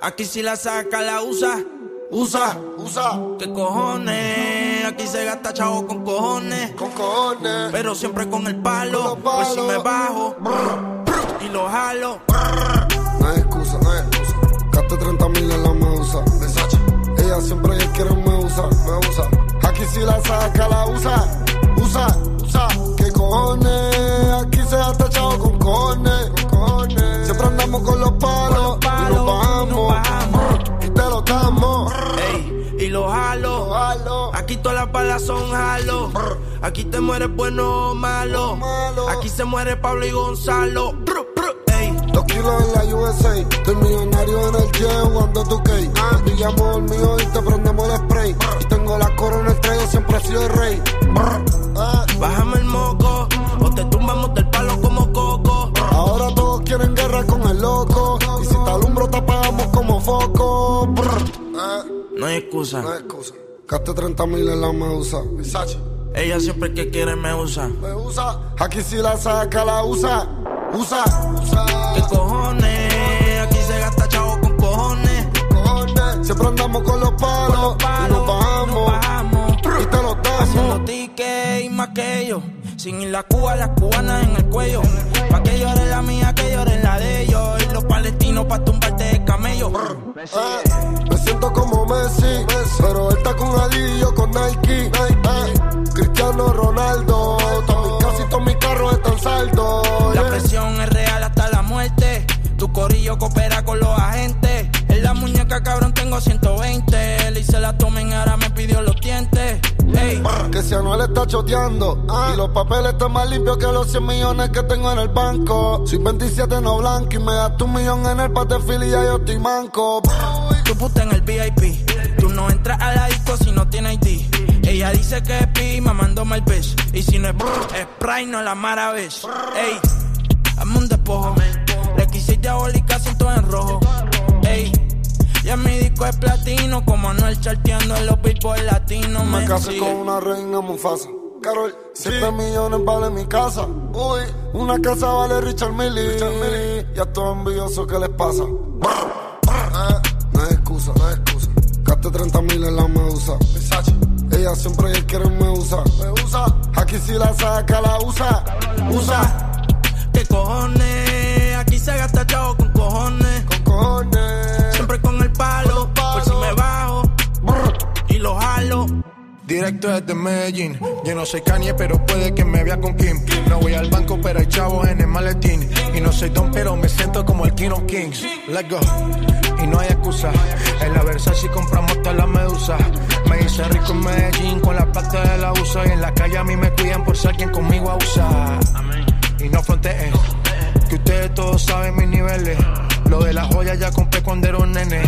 Speaker 4: Aquí si la saca, la usa. Usa.
Speaker 5: usa
Speaker 4: ¿Qué cojones? Aquí se gasta chavo con cojones.
Speaker 5: con cojones.
Speaker 4: Pero siempre con el
Speaker 5: Con
Speaker 4: palo.
Speaker 5: los
Speaker 4: Pues si
Speaker 5: palos.
Speaker 4: me bajo y lo jalo.
Speaker 5: No hay excusa, no hay excusa. Gaste 30 mil en la medusa. Versace. Ella siempre que quiere me usa, me usa. Aquí si la saca, la usa. Usa, usa. Que cojones? Aquí se ha tachado con cojones. Con cojones. Siempre andamos con los palos.
Speaker 4: palos,
Speaker 5: y nos bajamos.
Speaker 4: y nos bajamos.
Speaker 5: Brr. Y te lo damos.
Speaker 4: Ey, y lo jalo.
Speaker 5: Jalo.
Speaker 4: Aquí todas las balas son jalo. Aquí te mueres bueno o malo.
Speaker 5: Malo.
Speaker 4: Aquí se muere Pablo y Gonzalo. Brr, brr. Ey,
Speaker 5: Dos kilos en la USA. Estoy millonario en el jet jugando tu cake. Brillamos el mío y te prendemos el spray. Tengo la corona estrella, siempre he sido el rey. Brr. Ah.
Speaker 4: Bájame el moco, o te tumbamos del palo como coco.
Speaker 5: Ahora todos quieren guerra con el loco. Y si te alumbro, te apagamos como foco. Brr. Ah.
Speaker 4: No hay excusa,
Speaker 5: No hay excusa. Gaste 30 mil en la medusa. Versace.
Speaker 4: ella siempre que quiere me usa.
Speaker 5: Me usa. Aquí si la saca, la usa. Usa. Usa.
Speaker 4: ¿Qué cojones? Aquí se gasta chavo con cojones.
Speaker 5: Cojones. Siempre andamos con los palos.
Speaker 4: Con los palos,
Speaker 5: y nos bajamos.
Speaker 4: y nos bajamos.
Speaker 5: Y te los damos.
Speaker 4: Haciendo tickets y más que ellos. Sin ir la Cuba, las cubanas en el cuello. Pa' que llore la mía, que llore la de ellos. Y los palestinos pa' tumbarte de camello.
Speaker 5: Eh, me siento como Messi, pero él está con Ali y yo con Nike. Eh, Cristiano Ronaldo, todos mis casi todos mis carros están saldos.
Speaker 4: La
Speaker 5: yeah.
Speaker 4: presión es real hasta la muerte. Tu corillo coopera con los agentes. En la muñeca, cabrón, tengo 120. Le hice la tomen, ahora me pidió los dientes. Ey,
Speaker 5: Que si Anuel está choteando Y los papeles están más limpios que los 100 millones que tengo en el banco Soy 27 no blanco y me das un millón en el pate y ya yo estoy manco
Speaker 4: tu puta en el VIP. Tú no entras a la disco si no tiene ID. Ella dice que es pi, mamándome el pez. Y si no es brr, es spray, no la mara ves. Ey, hazme un despojo. Le quise diabólica, siento en rojo. Ey, ya mi disco es platino. Como Anuel charteando en los billboards latinos.
Speaker 5: Me casé
Speaker 4: consigue.
Speaker 5: con una reina Mufasa Carol, 7 millones vale mi casa Uy, una casa vale Richard Milly Y a estos envidiosos que les pasa Brr, brr. Eh, No hay excusa, no hay excusa Gaste 30 mil en la medusa Ella siempre que quiere me usa Me usa Aquí si la saca la usa Usa
Speaker 4: ¿Qué cojones? Aquí se gasta chavo con cojones.
Speaker 5: cojones.
Speaker 4: Siempre con el palo, por si me bajo y lo jalo.
Speaker 6: Directo desde Medellín. Yo no soy Kanye, pero puede que me vea con Kim. No voy al banco, pero hay chavos en el maletín. Y no soy don, pero me siento como el King of Kings. Let's go. Y no hay excusa. En la Versace compramos hasta la medusa. Me hice rico en Medellín con la plata de la USA. Y en la calle a mí me cuidan por si alguien conmigo abusa. Y no fronteen. Que ustedes todos saben mis niveles. Lo de las joyas ya compré cuando era un nene.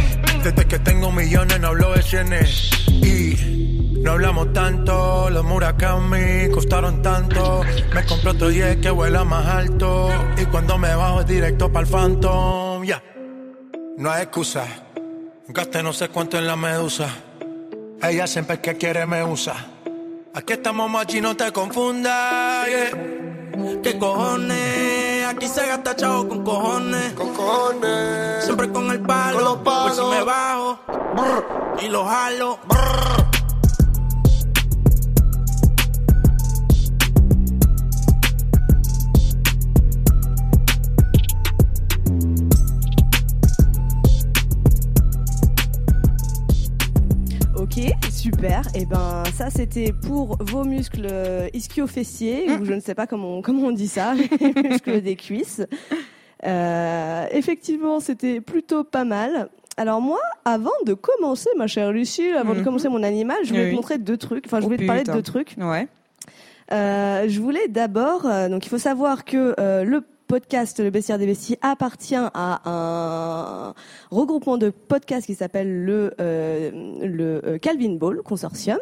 Speaker 6: Desde que tengo millones no hablo de cienes. Y no hablamos tanto. Los Murakami costaron tanto. Me compré otro 10 que vuela más alto. Y cuando me bajo es directo para el Phantom. Ya, no hay excusa. Gaste no sé cuánto en la medusa. Ella siempre que quiere me usa. Aquí estamos machi, no te confundas. yeah.
Speaker 4: ¿Qué cojones? Aquí se gasta chavo con cojones.
Speaker 5: Con cojones.
Speaker 4: Siempre con el palo,
Speaker 5: Con los palos.
Speaker 4: por si me bajo
Speaker 5: Brr,
Speaker 4: y lo jalo.
Speaker 5: brr.
Speaker 2: Ok, super. Et ben ça c'était pour vos muscles euh, ischio-fessiers,
Speaker 1: Mm.
Speaker 2: ou je ne sais pas comment on, comment on dit ça, les muscles des cuisses. Euh, effectivement, c'était plutôt pas mal. Alors moi, avant de commencer, ma chère Lucie, avant de
Speaker 1: Mhm.
Speaker 2: commencer mon animal, je voulais
Speaker 1: Oui.
Speaker 2: te montrer deux trucs. Enfin, je
Speaker 1: Oh,
Speaker 2: voulais te parler de
Speaker 1: putain.
Speaker 2: deux trucs.
Speaker 1: Ouais.
Speaker 2: Euh, je voulais d'abord, euh, donc il faut savoir que euh, le podcast Le Bestiaire des Besties appartient à un regroupement de podcasts qui s'appelle le, euh, le euh, Calvin Ball Consortium.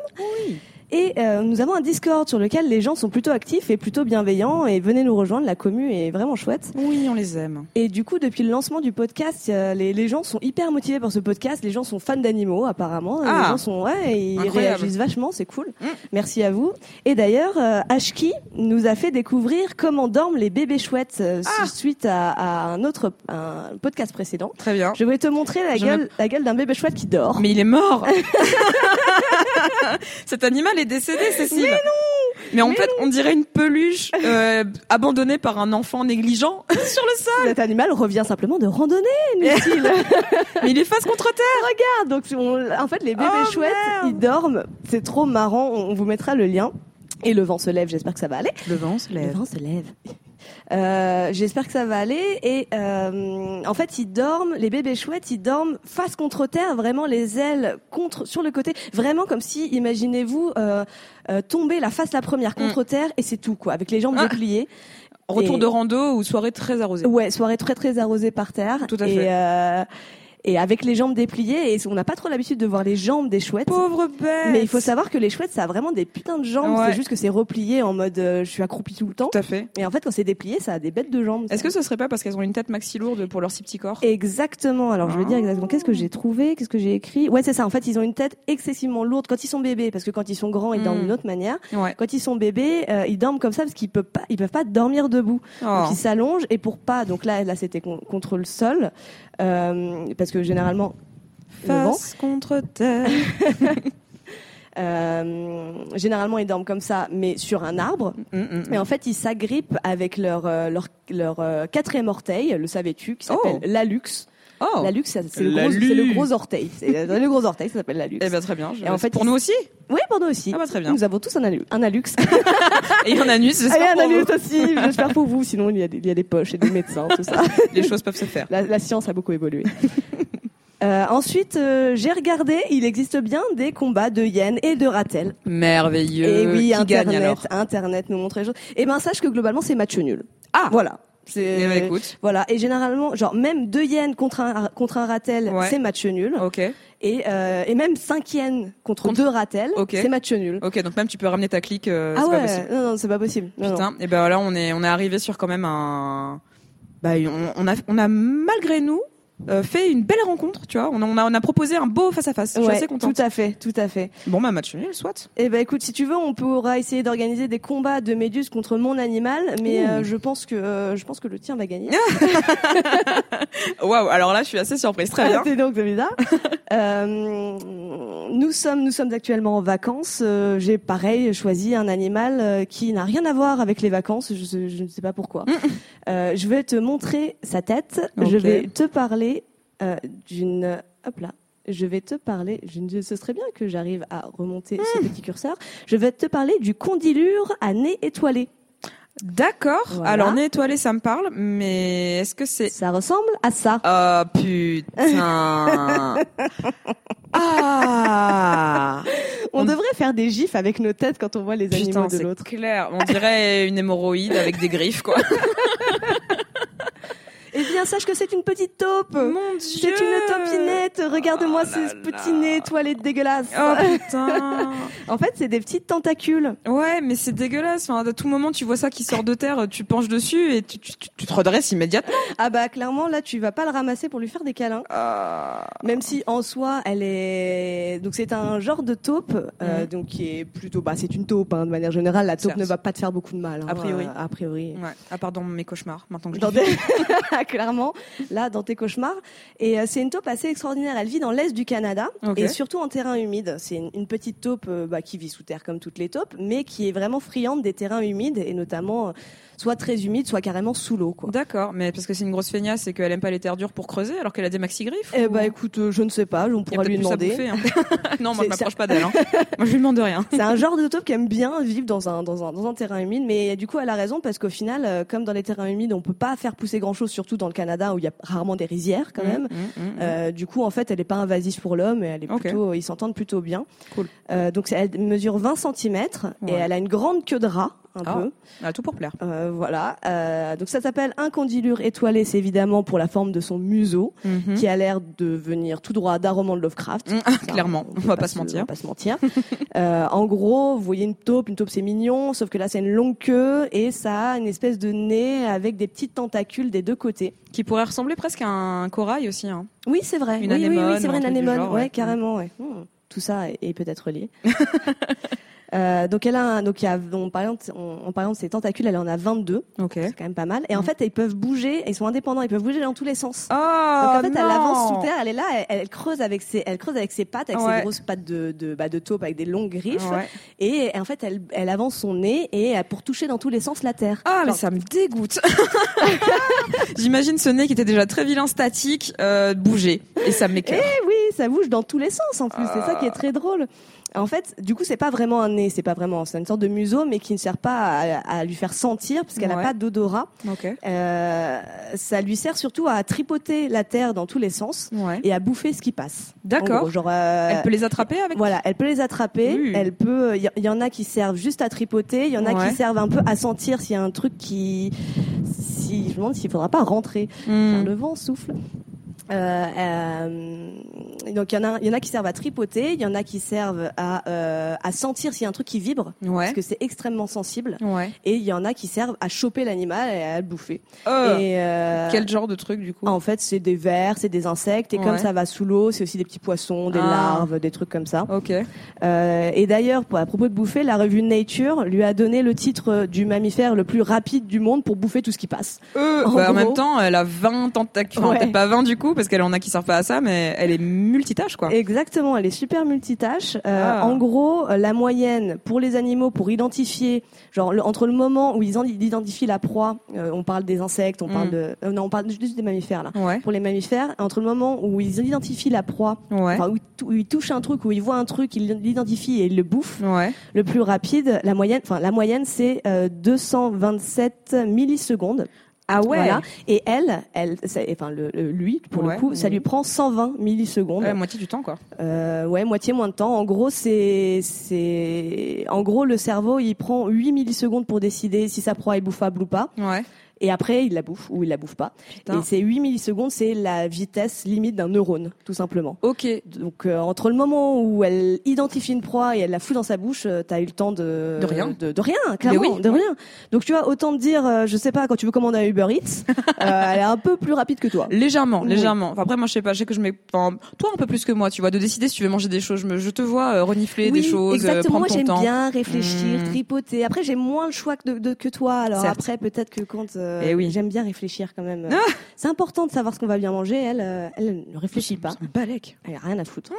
Speaker 2: Et euh, nous avons un Discord sur lequel les gens sont plutôt actifs et plutôt bienveillants et venez nous rejoindre, la commu est vraiment chouette.
Speaker 1: Oui, on les aime.
Speaker 2: Et du coup, depuis le lancement du podcast, euh, les, les gens sont hyper motivés par ce podcast. Les gens sont fans d'animaux, apparemment. Les
Speaker 1: Ah.
Speaker 2: gens sont, ouais, ils
Speaker 1: Incroyable.
Speaker 2: réagissent vachement, c'est cool.
Speaker 1: Mm.
Speaker 2: Merci à vous. Et d'ailleurs, euh, Ashki nous a fait découvrir comment dorment les bébés chouettes euh,
Speaker 1: Ah.
Speaker 2: suite à, à un autre un podcast précédent.
Speaker 1: Très bien.
Speaker 2: Je vais te montrer la
Speaker 1: Je
Speaker 2: gueule, la gueule d'un bébé chouette qui dort.
Speaker 1: Mais il est mort. Cet animal est décédé, Cécile. Mais non. Mais en
Speaker 2: Mais
Speaker 1: fait, on dirait une peluche euh, abandonnée par un enfant négligent sur le sol.
Speaker 2: Cet animal revient simplement de randonnée, nous-t-il.
Speaker 1: Mais il est face contre terre.
Speaker 2: Regarde, donc on- en fait les bébés
Speaker 1: Oh,
Speaker 2: chouettes,
Speaker 1: merde.
Speaker 2: ils dorment. C'est trop marrant. On on vous mettra le lien. Et le vent se lève. J'espère que ça va aller.
Speaker 1: Le vent se
Speaker 2: Le vent se lève. Euh, J'espère que ça va aller. Et euh, en fait, ils dorment, les bébés chouettes, ils dorment face contre terre, vraiment les ailes contre sur le côté, vraiment comme si, imaginez-vous, euh, euh, tomber la face la première contre terre et c'est tout quoi, avec les jambes
Speaker 1: Mm. Ah.
Speaker 2: dépliées.
Speaker 1: Retour
Speaker 2: Et-
Speaker 1: de rando ou soirée très arrosée.
Speaker 2: Ouais, soirée très très arrosée par terre.
Speaker 1: Tout à
Speaker 2: et,
Speaker 1: fait.
Speaker 2: euh, et avec les jambes dépliées, et on n'a pas trop l'habitude de voir les jambes des chouettes.
Speaker 1: Pauvre bête.
Speaker 2: Mais il faut savoir que les chouettes, ça a vraiment des putains de jambes.
Speaker 1: Ouais.
Speaker 2: C'est juste que c'est replié en mode euh, je suis accroupi tout le temps.
Speaker 1: Tout à fait.
Speaker 2: Et en fait, quand c'est déplié, ça a des bêtes de jambes.
Speaker 1: Est-ce
Speaker 2: ça.
Speaker 1: que ce serait pas parce qu'elles ont une tête maxi lourde pour leur si petit corps
Speaker 2: Exactement. Alors, je vais
Speaker 1: Ah.
Speaker 2: dire exactement qu'est-ce que j'ai trouvé, qu'est-ce que j'ai écrit. Ouais, c'est ça. En fait, ils ont une tête excessivement lourde quand ils sont bébés, parce que quand ils sont grands, ils dorment
Speaker 1: Mm.
Speaker 2: d'une autre manière.
Speaker 1: Ouais.
Speaker 2: Quand ils sont bébés, euh, ils dorment comme ça parce qu'ils peuvent pas, ils peuvent pas dormir debout.
Speaker 1: Oh.
Speaker 2: Donc, ils s'allongent et pour pas. Donc là, là, c'était con- contre le sol, euh, parce que généralement. le vent,
Speaker 1: Face contre terre.
Speaker 2: euh, généralement, ils dorment comme ça, mais sur un arbre.
Speaker 1: Mm, mm, mm.
Speaker 2: Mais en fait, ils s'agrippent avec leur, euh, leur, leur euh, quatrième orteil, le savais-tu, qui s'appelle
Speaker 1: Oh.
Speaker 2: la luxe.
Speaker 1: Oh.
Speaker 2: La luxe, ça, c'est le,
Speaker 1: La
Speaker 2: gros- c'est
Speaker 1: lu.
Speaker 2: le gros orteil. C'est le gros orteil, ça s'appelle la luxe.
Speaker 1: Eh ben très bien. je
Speaker 2: Et en
Speaker 1: laisse.
Speaker 2: fait,
Speaker 1: pour
Speaker 2: ils-
Speaker 1: nous aussi.
Speaker 2: Oui, pour nous aussi.
Speaker 1: Ah bah, très bien.
Speaker 2: Nous avons tous un, alu- un alux.
Speaker 1: Et un anus.
Speaker 2: Allez,
Speaker 1: j'espère
Speaker 2: un
Speaker 1: pour vous.
Speaker 2: alux aussi, j'espère pour vous. Sinon, il y, a des, il y a des poches et des médecins, tout ça.
Speaker 1: Les choses peuvent se faire.
Speaker 2: La, la science a beaucoup évolué. Euh, ensuite, euh, j'ai regardé, il existe bien des combats de Yen et de Ratel.
Speaker 1: Merveilleux.
Speaker 2: et oui,
Speaker 1: Euh, Qui gagne alors
Speaker 2: Internet, Internet nous montre les choses. Et ben, sache que globalement, c'est match nul.
Speaker 1: Ah.
Speaker 2: Voilà.
Speaker 1: Eh
Speaker 2: C'est
Speaker 1: ben, écoute.
Speaker 2: Voilà. Et généralement, genre, même deux yens contre un, contre un ratel,
Speaker 1: Ouais.
Speaker 2: c'est match nul.
Speaker 1: Ok.
Speaker 2: Et, euh, et même cinq yens contre,
Speaker 1: Contre-
Speaker 2: deux ratels,
Speaker 1: Ok.
Speaker 2: c'est match nul.
Speaker 1: Ok. Donc même tu peux ramener ta clique. euh,
Speaker 2: ah
Speaker 1: c'est
Speaker 2: ouais,
Speaker 1: pas possible.
Speaker 2: non, non, c'est pas possible. Non, non.
Speaker 1: Putain. Et ben là on est on est arrivé sur quand même un. Bah on, on a on a malgré nous. euh, fait une belle rencontre, tu vois. On a, on a, on a proposé un beau face à face. Je suis
Speaker 2: Ouais,
Speaker 1: assez contente.
Speaker 2: Tout à fait, tout à fait.
Speaker 1: Bon, bah, match nul, soit.
Speaker 2: Eh ben écoute, si tu veux, on pourra essayer d'organiser des combats de méduses contre mon animal, mais euh, je pense que euh, je pense que le tien va gagner.
Speaker 1: Waouh, alors là, je suis assez surprise. Très bien.
Speaker 2: Ah, C'est donc bizarre. euh, nous sommes nous sommes actuellement en vacances. Euh, J'ai pareil choisi un animal euh, qui n'a rien à voir avec les vacances. Je, sais- je ne sais pas pourquoi. Euh, je vais te montrer sa tête. Je
Speaker 1: Ok.
Speaker 2: vais te parler euh, d'une hop là. Je vais te parler. Je, ne- ce serait bien que j'arrive à remonter ce petit curseur. Je vais te parler du condylure à nez étoilé.
Speaker 1: D'accord.
Speaker 2: Voilà.
Speaker 1: Alors, nez étoilé, ça me parle, mais est-ce que c'est...
Speaker 2: Ça ressemble à ça.
Speaker 1: Oh, putain Ah
Speaker 2: On devrait faire des gifs avec nos têtes quand on voit les animaux
Speaker 1: Putain,
Speaker 2: de
Speaker 1: c'est
Speaker 2: l'autre.
Speaker 1: clair. On dirait une hémorroïde avec des griffes, quoi.
Speaker 2: Eh bien, sache que c'est une petite taupe.
Speaker 1: Mon dieu
Speaker 2: C'est une tampinette. Regarde-moi
Speaker 1: Oh
Speaker 2: ce
Speaker 1: là
Speaker 2: petit
Speaker 1: là.
Speaker 2: nez étoilé dégueulasse.
Speaker 1: Oh putain
Speaker 2: En fait, c'est des petites tentacules.
Speaker 1: Ouais, mais c'est dégueulasse. Enfin, à tout moment, tu vois ça qui sort de terre, tu penches dessus et tu, tu- tu- tu te redresses immédiatement.
Speaker 2: Ah bah clairement, là, tu vas pas le ramasser pour lui faire des câlins. Même si en soi, elle est. Donc c'est un genre de taupe, euh, donc qui est plutôt. Bah c'est une taupe hein, de manière générale. La taupe
Speaker 1: Mhm. Certes.
Speaker 2: ne va pas te faire beaucoup de mal. hein,
Speaker 1: A priori.
Speaker 2: euh, a priori.
Speaker 1: Ouais. Ah pardon, mes cauchemars. Maintenant que je
Speaker 2: Dans
Speaker 1: dis.
Speaker 2: des- Ah, clairement là dans tes cauchemars et euh, c'est une taupe assez extraordinaire elle vit dans l'est du Canada
Speaker 1: Ok.
Speaker 2: et surtout en terrain humide c'est une, une petite taupe euh, bah, qui vit sous terre comme toutes les taupes mais qui est vraiment friande des terrains humides et notamment euh, soit très humide soit carrément sous l'eau quoi
Speaker 1: D'accord, mais parce que c'est une grosse feignasse et qu'elle aime pas les terres dures pour creuser alors qu'elle a des maxi griffes.
Speaker 2: eh bah écoute euh, je ne sais pas on pourra lui demander
Speaker 1: non, moi je
Speaker 2: C'est-
Speaker 1: m'approche pas d'elle. hein. Moi je lui demande rien.
Speaker 2: c'est un genre de taupe qui aime bien vivre dans un, dans un, dans un terrain humide, mais du coup, elle a raison parce qu'au final, euh, comme dans les terrains humides, on peut pas faire pousser grand chose, surtout dans le Canada où il y a rarement des rizières quand même.
Speaker 1: Mm, mm, mm.
Speaker 2: Euh, du coup, en fait, elle n'est pas invasive pour l'homme et elle est
Speaker 1: Ok.
Speaker 2: plutôt, ils s'entendent plutôt bien.
Speaker 1: Cool.
Speaker 2: Euh, donc, elle mesure 20 cm
Speaker 1: Ouais.
Speaker 2: et elle a une grande queue de rat, un
Speaker 1: Ah.
Speaker 2: peu.
Speaker 1: Ah, tout pour plaire.
Speaker 2: Euh, voilà. Euh, donc, ça s'appelle un condylure étoilé. C'est évidemment pour la forme de son museau,
Speaker 1: Mhm.
Speaker 2: qui a l'air de venir tout droit d'un roman de Lovecraft.
Speaker 1: Mm, ah,
Speaker 2: Ça,
Speaker 1: clairement, on
Speaker 2: peut
Speaker 1: va pas se mentir.
Speaker 2: On va pas se mentir. Euh, en gros, vous voyez une taupe, une taupe c'est mignon, sauf que là c'est une longue queue et ça a une espèce de nez avec des petites tentacules des deux côtés.
Speaker 1: Qui pourrait ressembler presque à un corail aussi. hein.
Speaker 2: Oui, c'est vrai.
Speaker 1: Une
Speaker 2: oui, oui,
Speaker 1: anémone
Speaker 2: oui,
Speaker 1: ou
Speaker 2: c'est
Speaker 1: un
Speaker 2: vrai,
Speaker 1: truc
Speaker 2: une
Speaker 1: du
Speaker 2: anémone.
Speaker 1: genre,
Speaker 2: ouais,
Speaker 1: ouais.
Speaker 2: carrément, ouais. Hmm. Tout ça est, est peut-être lié. Euh, donc elle a, un- donc il y a, on parlant, de- on, en parlant de ses tentacules, elle en a 22,
Speaker 1: Ok.
Speaker 2: c'est quand même pas mal.
Speaker 1: Hmm.
Speaker 2: Et en fait, ils peuvent bouger, ils sont indépendants, ils peuvent bouger dans tous les sens.
Speaker 1: Oh,
Speaker 2: donc en fait,
Speaker 1: non
Speaker 2: elle avance sous terre, elle est là, elle, elle creuse avec ses, elle creuse avec ses pattes, avec
Speaker 1: Ouais.
Speaker 2: ses grosses pattes de, de, bah, de taupe, avec des longues griffes.
Speaker 1: Ah, Ouais.
Speaker 2: Et en fait, elle, elle avance son nez et euh, pour toucher dans tous les sens la terre.
Speaker 1: Ah, mais
Speaker 2: Genre,
Speaker 1: ça me dégoûte. J'imagine ce nez qui était déjà très vilain, statique, euh, bouger. Et ça m'écoeure. Ah.
Speaker 2: Eh oui, ça bouge dans tous les sens en plus. C'est ça qui est très drôle. En fait, du coup, c'est pas vraiment un nez, c'est pas vraiment, c'est une sorte de museau, mais qui ne sert pas à, à lui faire sentir, parce qu'elle n'a
Speaker 1: Ouais.
Speaker 2: pas d'odorat.
Speaker 1: Ok.
Speaker 2: Euh, ça lui sert surtout à tripoter la terre dans tous les sens
Speaker 1: Ouais.
Speaker 2: et à bouffer ce qui passe.
Speaker 1: D'accord.
Speaker 2: En gros, Genre, euh,
Speaker 1: Elle peut les attraper avec.
Speaker 2: voilà, elle peut les attraper.
Speaker 1: Oui.
Speaker 2: Elle peut. Il y, y en a qui servent juste à tripoter. Il y en a
Speaker 1: Ouais.
Speaker 2: qui servent un peu à sentir s'il y a un truc qui. Si je me demande s'il faudra pas rentrer. Car
Speaker 1: Hmm.
Speaker 2: Le vent souffle. Euh, euh, et donc il y en a, il y en a qui servent à tripoter. Il y en a qui servent à euh, à sentir s'il y a un truc qui vibre
Speaker 1: Ouais.
Speaker 2: parce que c'est extrêmement sensible.
Speaker 1: Ouais.
Speaker 2: Et il y en a qui servent à choper l'animal et à le bouffer.
Speaker 1: Euh,
Speaker 2: et euh,
Speaker 1: Quel genre de truc du coup
Speaker 2: en fait, c'est des vers, c'est des insectes, et
Speaker 1: Ouais.
Speaker 2: comme ça va sous l'eau, c'est aussi des petits poissons, des
Speaker 1: Ah.
Speaker 2: larves, des trucs comme ça.
Speaker 1: Ok.
Speaker 2: Euh, et d'ailleurs, pour- à propos de bouffer, la revue Nature lui a donné le titre euh, du mammifère le plus rapide du monde pour bouffer tout ce qui passe.
Speaker 1: Euh,
Speaker 2: En
Speaker 1: bah, en
Speaker 2: gros.
Speaker 1: même temps, elle a 20 tentacules. Enfin,
Speaker 2: Ouais.
Speaker 1: peut-être pas 20 du coup, parce qu'elle en a qui servent pas à ça, mais elle est multitâche quoi.
Speaker 2: Exactement, elle est super multitâche. Euh,
Speaker 1: Hein. Ah.
Speaker 2: En gros, euh, la moyenne pour les animaux, pour identifier, genre le- entre le moment où ils en- ils identifient la proie, euh, on parle des insectes, on parle
Speaker 1: Mm.
Speaker 2: de, euh, non, on parle juste des mammifères là.
Speaker 1: Ouais.
Speaker 2: Pour les mammifères, entre le moment où ils identifient la proie,
Speaker 1: Ouais.
Speaker 2: enfin, où, ils tou- où ils touchent un truc, où ils voient un truc, ils l'identifient et ils le bouffent.
Speaker 1: Ouais.
Speaker 2: Le plus rapide, la moyenne, enfin la moyenne, c'est euh, 227 millisecondes.
Speaker 1: Ah ouais.
Speaker 2: Voilà. Et elle, elle, ça- enfin le, le- lui, pour
Speaker 1: Ouais,
Speaker 2: le coup, ça
Speaker 1: oui.
Speaker 2: lui prend 120 millisecondes.
Speaker 1: Ouais,
Speaker 2: Euh, Ouais,
Speaker 1: moitié du temps quoi.
Speaker 2: Euh, moitié moins de temps. En gros, c'est, c'est, en gros, le cerveau, il prend 8 millisecondes pour décider si sa proie est bouffable ou pas.
Speaker 1: Ouais.
Speaker 2: Et après, il la bouffe ou il la bouffe pas.
Speaker 1: Putain.
Speaker 2: Et ces 8 millisecondes, c'est la vitesse limite d'un neurone, tout simplement.
Speaker 1: Ok.
Speaker 2: Donc euh, entre le moment où elle identifie une proie et elle la fout dans sa bouche, euh, t'as eu le temps de
Speaker 1: De rien.
Speaker 2: de, de rien, clairement,
Speaker 1: oui,
Speaker 2: de rien. Donc tu vois, autant te dire, euh, je sais pas, quand tu veux commander un Uber Eats, euh, elle est un peu plus rapide que toi.
Speaker 1: Légèrement,
Speaker 2: Oui.
Speaker 1: légèrement. Enfin, après, moi, je sais pas, je sais que je mets. Enfin, toi, un peu plus que moi, tu vois, de décider si tu veux manger des choses. Je, me- je te vois euh, renifler des
Speaker 2: oui,
Speaker 1: choses, euh,
Speaker 2: exactement.
Speaker 1: prendre
Speaker 2: Moi,
Speaker 1: ton
Speaker 2: j'aime
Speaker 1: temps.
Speaker 2: bien réfléchir,
Speaker 1: Mm.
Speaker 2: tripoter. Après, j'ai moins le choix que, de- de- que toi. Alors
Speaker 1: Certes.
Speaker 2: après, peut-être que quand euh,
Speaker 1: Eh oui. Ah
Speaker 2: j'aime bien réfléchir quand même. euh, C'est important de savoir ce qu'on va bien manger. Elle, euh, elle ne réfléchit pas.
Speaker 1: C'est un balèque.
Speaker 2: Elle a rien à foutre.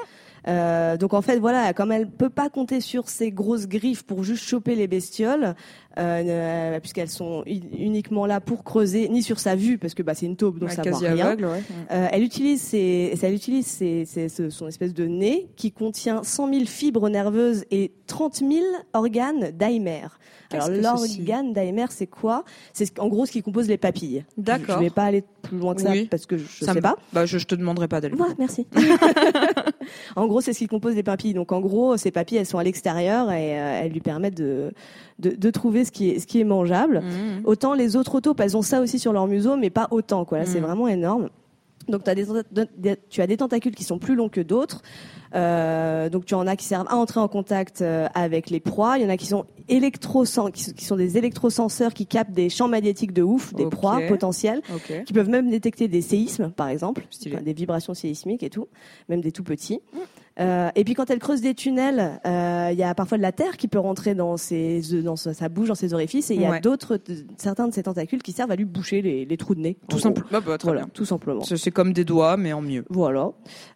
Speaker 2: Euh, donc en fait, voilà, comme elle peut pas compter sur ses grosses griffes pour juste choper les bestioles, euh, euh, puisqu'elles sont u- uniquement là pour creuser, ni sur sa vue, parce que bah, c'est une taupe, donc
Speaker 1: Ouais,
Speaker 2: ça voit
Speaker 1: quasi
Speaker 2: rien.
Speaker 1: aveugle, ouais.
Speaker 2: Euh, elle utilise, ses, elle utilise ses- ses- ce- son espèce de nez qui contient 100 000 fibres nerveuses et 30 000 organes d'Aimer.
Speaker 1: Qu'est-ce
Speaker 2: Alors
Speaker 1: que ceci
Speaker 2: l'organe d'Aimer, c'est quoi C'est ce- en gros ce qui compose les papilles.
Speaker 1: D'accord.
Speaker 2: Je vais pas aller plus loin que ça
Speaker 1: Oui.
Speaker 2: parce que je
Speaker 1: Ça
Speaker 2: sais
Speaker 1: me-
Speaker 2: pas.
Speaker 1: Bah, je, je te demanderai pas d'aller.
Speaker 2: Ouais, merci. en gros, c'est ce qui compose les papilles. Donc, en gros, ces papilles, elles sont à l'extérieur et euh, elles lui permettent de, de, de trouver ce qui est, ce qui est mangeable.
Speaker 1: Mmh.
Speaker 2: Autant les autres taupes, elles ont ça aussi sur leur museau, mais pas autant. Quoi. Là, c'est
Speaker 1: Mhm.
Speaker 2: vraiment énorme. Donc, t'as des tenta- de- des- tu as des tentacules qui sont plus longs que d'autres. Euh, donc, tu en as qui servent à entrer en contact euh, avec les proies. Il y en a qui sont électrosen- qui sont- qui sont des électrosenseurs qui captent des champs magnétiques de ouf, des
Speaker 1: Ok.
Speaker 2: proies potentielles
Speaker 1: Ok.
Speaker 2: qui peuvent même détecter des séismes, par exemple,
Speaker 1: Stylé. Mm.
Speaker 2: Enfin, des vibrations séismiques et tout, même des tout petits. Euh, et puis quand elle creuse des tunnels, euh, il y a parfois de la terre qui peut rentrer dans ses, dans sa sa bouche, dans ses orifices, et il y a
Speaker 1: Ouais.
Speaker 2: d'autres, certains de ses tentacules qui servent à lui boucher les, les trous de nez. en
Speaker 1: Tout
Speaker 2: gros.
Speaker 1: simple. Bah, bah, très
Speaker 2: Voilà,
Speaker 1: bien.
Speaker 2: tout simplement.
Speaker 1: C'est- C'est comme des doigts, mais en mieux.
Speaker 2: Voilà.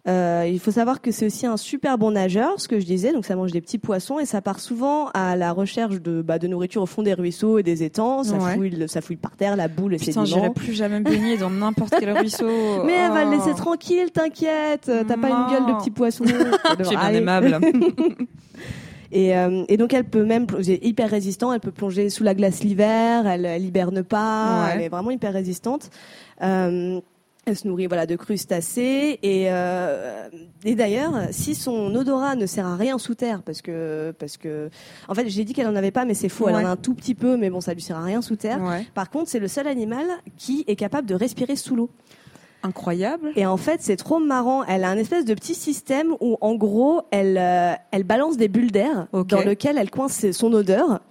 Speaker 2: Euh, il faut savoir que c'est aussi un super bon nageur, ce que je disais. Donc ça mange des petits poissons et ça part souvent à la recherche de, bah, de nourriture au fond des ruisseaux et des étangs. Ça,
Speaker 1: Ouais.
Speaker 2: fouille, le- ça fouille par terre, la boule, et ses
Speaker 1: Putain, j'irai plus jamais me baigner dans n'importe quel ruisseau.
Speaker 2: Mais elle va
Speaker 1: Oh.
Speaker 2: le laisser tranquille, t'inquiète. euh, T'as pas
Speaker 1: Non.
Speaker 2: une gueule de petit poisson. Ça devrait
Speaker 1: C'est bien
Speaker 2: aller.
Speaker 1: aimable.
Speaker 2: Et, euh, et donc elle peut même, plonger- c'est hyper résistant, elle peut plonger sous la glace l'hiver, elle, elle hiberne pas,
Speaker 1: Ouais.
Speaker 2: elle est vraiment hyper résistante. Euh, elle se nourrit voilà de crustacés et euh, et d'ailleurs si son odorat ne sert à rien sous terre parce que parce que en fait j'ai dit qu'elle en avait pas mais c'est faux elle
Speaker 1: Ouais.
Speaker 2: en a un tout petit peu mais bon ça lui sert à rien sous terre
Speaker 1: Ouais.
Speaker 2: par contre c'est le seul animal qui est capable de respirer sous l'eau
Speaker 1: Incroyable.
Speaker 2: et en fait, c'est trop marrant. Elle a un espèce de petit système où, en gros, elle, euh, elle balance des bulles d'air
Speaker 1: Ok. Ah.
Speaker 2: dans lequel elle coince ses- son odeur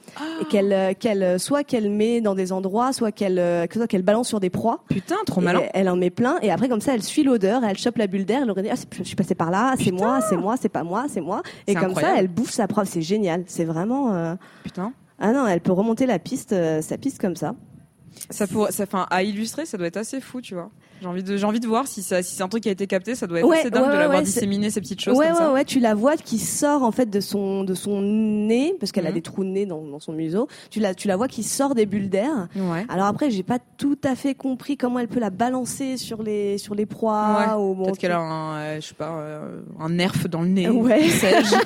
Speaker 2: et qu'elle, euh, qu'elle, euh, soit qu'elle met dans des endroits, soit qu'elle, euh, que- soit qu'elle balance sur des proies.
Speaker 1: Putain, trop
Speaker 2: Et
Speaker 1: malin.
Speaker 2: elle en met plein et après comme ça elle suit l'odeur, elle chope la bulle d'air, elle aurait dit ah, c'est- je suis passée par là, c'est moi, c'est moi, c'est pas moi, c'est moi et
Speaker 1: C'est
Speaker 2: comme
Speaker 1: incroyable.
Speaker 2: ça elle bouffe sa proie, c'est génial, c'est vraiment euh,
Speaker 1: Putain.
Speaker 2: ah non elle peut remonter la piste, euh, sa piste comme ça.
Speaker 1: Ça pourrait, ça, enfin, à illustrer, ça doit être assez fou, tu vois. J'ai envie de, j'ai envie de voir si ça, si c'est un truc qui a été capté, ça doit être
Speaker 2: Ouais,
Speaker 1: assez dingue
Speaker 2: ouais,
Speaker 1: de
Speaker 2: ouais,
Speaker 1: l'avoir
Speaker 2: ouais, c'est-
Speaker 1: disséminé ces petites choses
Speaker 2: ouais,
Speaker 1: comme
Speaker 2: ouais,
Speaker 1: ça.
Speaker 2: ouais, tu la vois qui sort en fait de son de son nez parce qu'elle a
Speaker 1: Mhm.
Speaker 2: des trous de nez dans, dans son museau. Tu la tu la vois qui sort des bulles d'air.
Speaker 1: Ouais.
Speaker 2: Alors après, j'ai pas tout à fait compris comment elle peut la balancer sur les sur les proies ou bon,
Speaker 1: Peut-être qu'elle a un, euh, je sais pas, euh, un nerf dans le nez.
Speaker 2: Ouais.
Speaker 1: que sais-je.